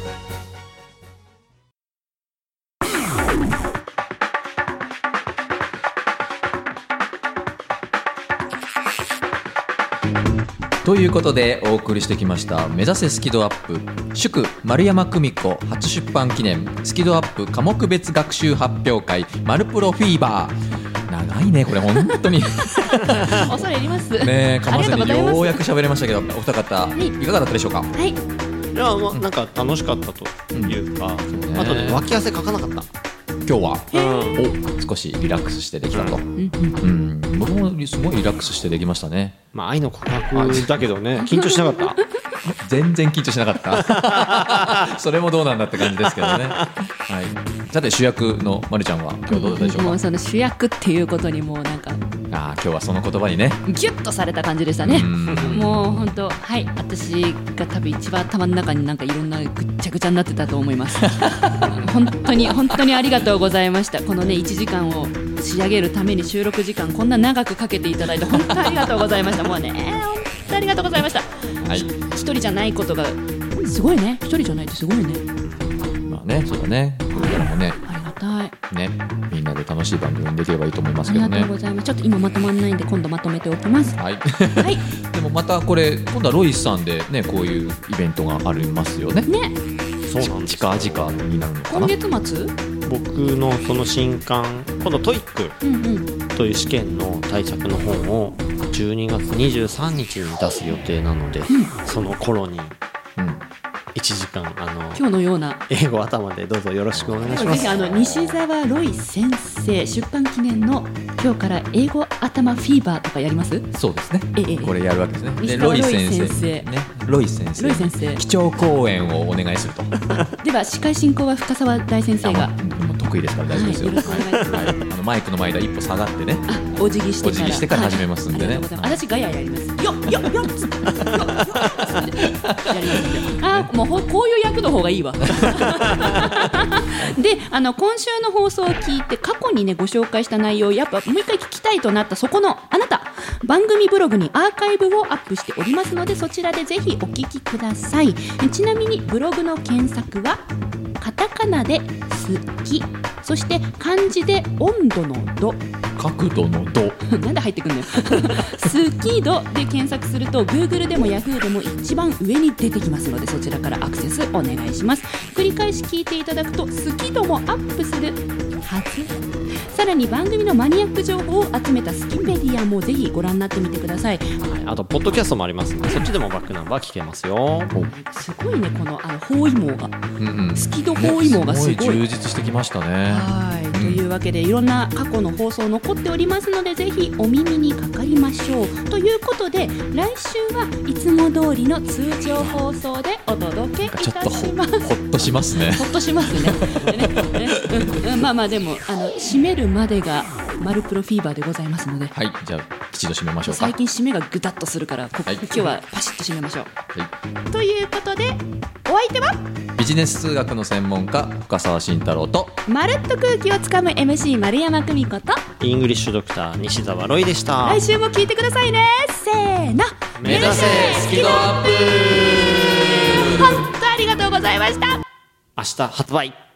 Speaker 1: ということでお送りしてきました「目指せスキドアップ」祝丸山久美子初出版記念スキドアップ科目別学習発表会「マルプロフィーバー」長いねこれ本当
Speaker 4: [LAUGHS]
Speaker 1: に
Speaker 4: 恐れ入ります
Speaker 1: ねえかまず
Speaker 4: あり
Speaker 1: に
Speaker 4: がとうございます
Speaker 1: ようやく喋れましたけどお二方いかがだったでしょうか
Speaker 3: いやもうなんか楽しかったというか、
Speaker 1: ん
Speaker 3: あとね
Speaker 1: ね
Speaker 3: 脇汗かかなかっ
Speaker 1: 今日は
Speaker 3: た、うん、
Speaker 1: お少しリラックスしてできたと、うん僕もすごいリラックスしてできましたね
Speaker 3: まあ愛の告白だけど [LAUGHS] ね緊張しなかった
Speaker 1: 全然緊張しなかった
Speaker 4: [LAUGHS]
Speaker 1: それもどうなんだって感じですけどね、はい、さて主役のまるちゃんは今日どうだったでしょうか
Speaker 4: もうその主役っていうことにもうなんか
Speaker 1: ああ今日はその言葉にね
Speaker 4: ギュッとされた感じでしたね
Speaker 1: うん
Speaker 4: もう本当はい私が多分一番頭の中になんかいろんなぐっちゃぐちゃになってたと思います [LAUGHS] 本当に本当にありがとうございましたこのね1時間を仕上げるために収録時間こんな長くかけていただいて本当ありがとうございましたもうね本当ありがとうございました
Speaker 1: はい
Speaker 4: 一人じゃないことがすごいね一人じゃないってすごいね
Speaker 1: まあねそうだねこれからもね
Speaker 4: ありがたい
Speaker 1: ねみんなで楽しい番組にできればいいと思います
Speaker 4: あ
Speaker 1: け
Speaker 4: り
Speaker 1: ど
Speaker 4: がと
Speaker 1: ね
Speaker 4: うございますちょっと今まとまんないんで今度まとめておきます
Speaker 1: はい [LAUGHS]
Speaker 4: はい
Speaker 1: でもまたこれ今度はロイスさんでねこういうイベントがありますよね
Speaker 4: ね
Speaker 3: そうなんです
Speaker 1: 近々になるのか
Speaker 4: 今
Speaker 1: な
Speaker 4: 月末
Speaker 3: 僕のその新刊今度トイック
Speaker 4: うんうん
Speaker 3: という試験の対策の本を12月23日に出す予定なので、その頃に
Speaker 1: うん
Speaker 3: 1時間あの
Speaker 4: 今日のような
Speaker 3: 英語頭でどうぞよろしくお願いしま
Speaker 4: ぜひ
Speaker 3: す
Speaker 4: あの西澤ロイ先生出版記念の今日から英語頭フィーバーとかやります
Speaker 1: そうですね
Speaker 4: ええ
Speaker 1: これやるわけですね
Speaker 4: ミ
Speaker 1: で
Speaker 4: スター
Speaker 1: ロイ先生
Speaker 4: ロイ先生
Speaker 1: ねロイ先生
Speaker 4: ロイ先生
Speaker 1: 基調講演をお願いすると
Speaker 4: では司会進行は深澤大先生が、
Speaker 1: あもうもう得意ですから大丈夫で
Speaker 4: はい、
Speaker 1: す
Speaker 4: よ
Speaker 1: よ
Speaker 4: ろしくお願いしま
Speaker 1: は
Speaker 4: す
Speaker 1: いあのマイクの前では一歩下がってね
Speaker 4: お辞儀してから
Speaker 1: お辞儀してから始めますんでね
Speaker 4: はいありがとうございます私ガヤやりますよっよっよっよっよっつってやりますんであーもうほこういう役の方がいいわであの今週の放送を聞いて過去にねご紹介した内容をやっぱもう一回聞きたいとなったそこのあなた番組ブログにアーカイブをアップしておりますのでそちらでぜひお聞きくださいえちなみにブログの検索はカタカナで「好き」そして漢字で「温度の度」
Speaker 1: 角度の度
Speaker 4: なんで入ってくんのよスキードで検索すると Google でも Yahoo でも一番上に出てきますのでそちらからアクセスお願いします繰り返し聞いていただくとスキードもアップするはずさらに番組のマニアック情報を集めたスキペディアもぜひご覧になってみてください
Speaker 3: はいあとポッドキャストもありますのでそっちでもバックナンバー聞けますよ
Speaker 4: すごいねこのあの包囲網が
Speaker 1: うんうん
Speaker 4: スキド包囲網がすごい
Speaker 1: 充実してきましたね
Speaker 4: はい、というわけでいろんな過去の放送残っておりますのでぜひお耳にかかりましょうということで来週はいつも通りの通常放送でお届けい
Speaker 1: なんか
Speaker 4: た
Speaker 1: ちょっと
Speaker 4: し
Speaker 1: ほ
Speaker 4: ます。
Speaker 1: ほっとしますね
Speaker 4: ほっとしますね。ねねうんうんまあまあでもあの締めるまでがマルプロフィーバーでございますので、
Speaker 1: はいじゃあきちんと締めましょうか
Speaker 4: 最近締めがぐだっとするからこ、
Speaker 1: はい
Speaker 4: 今日はパシッと締めましょう。
Speaker 1: はい
Speaker 4: ということでお相手は
Speaker 1: ビジネス数学の専門家深澤慎太郎と
Speaker 4: まるっと空気をつかむ MC 丸山久美子と
Speaker 3: イングリッシュドクター西澤ロイでした
Speaker 4: 来週も聞いてくださいね。せーの。
Speaker 3: 目指せスキドアップ
Speaker 4: 本当ありがとうございました
Speaker 3: 明日発売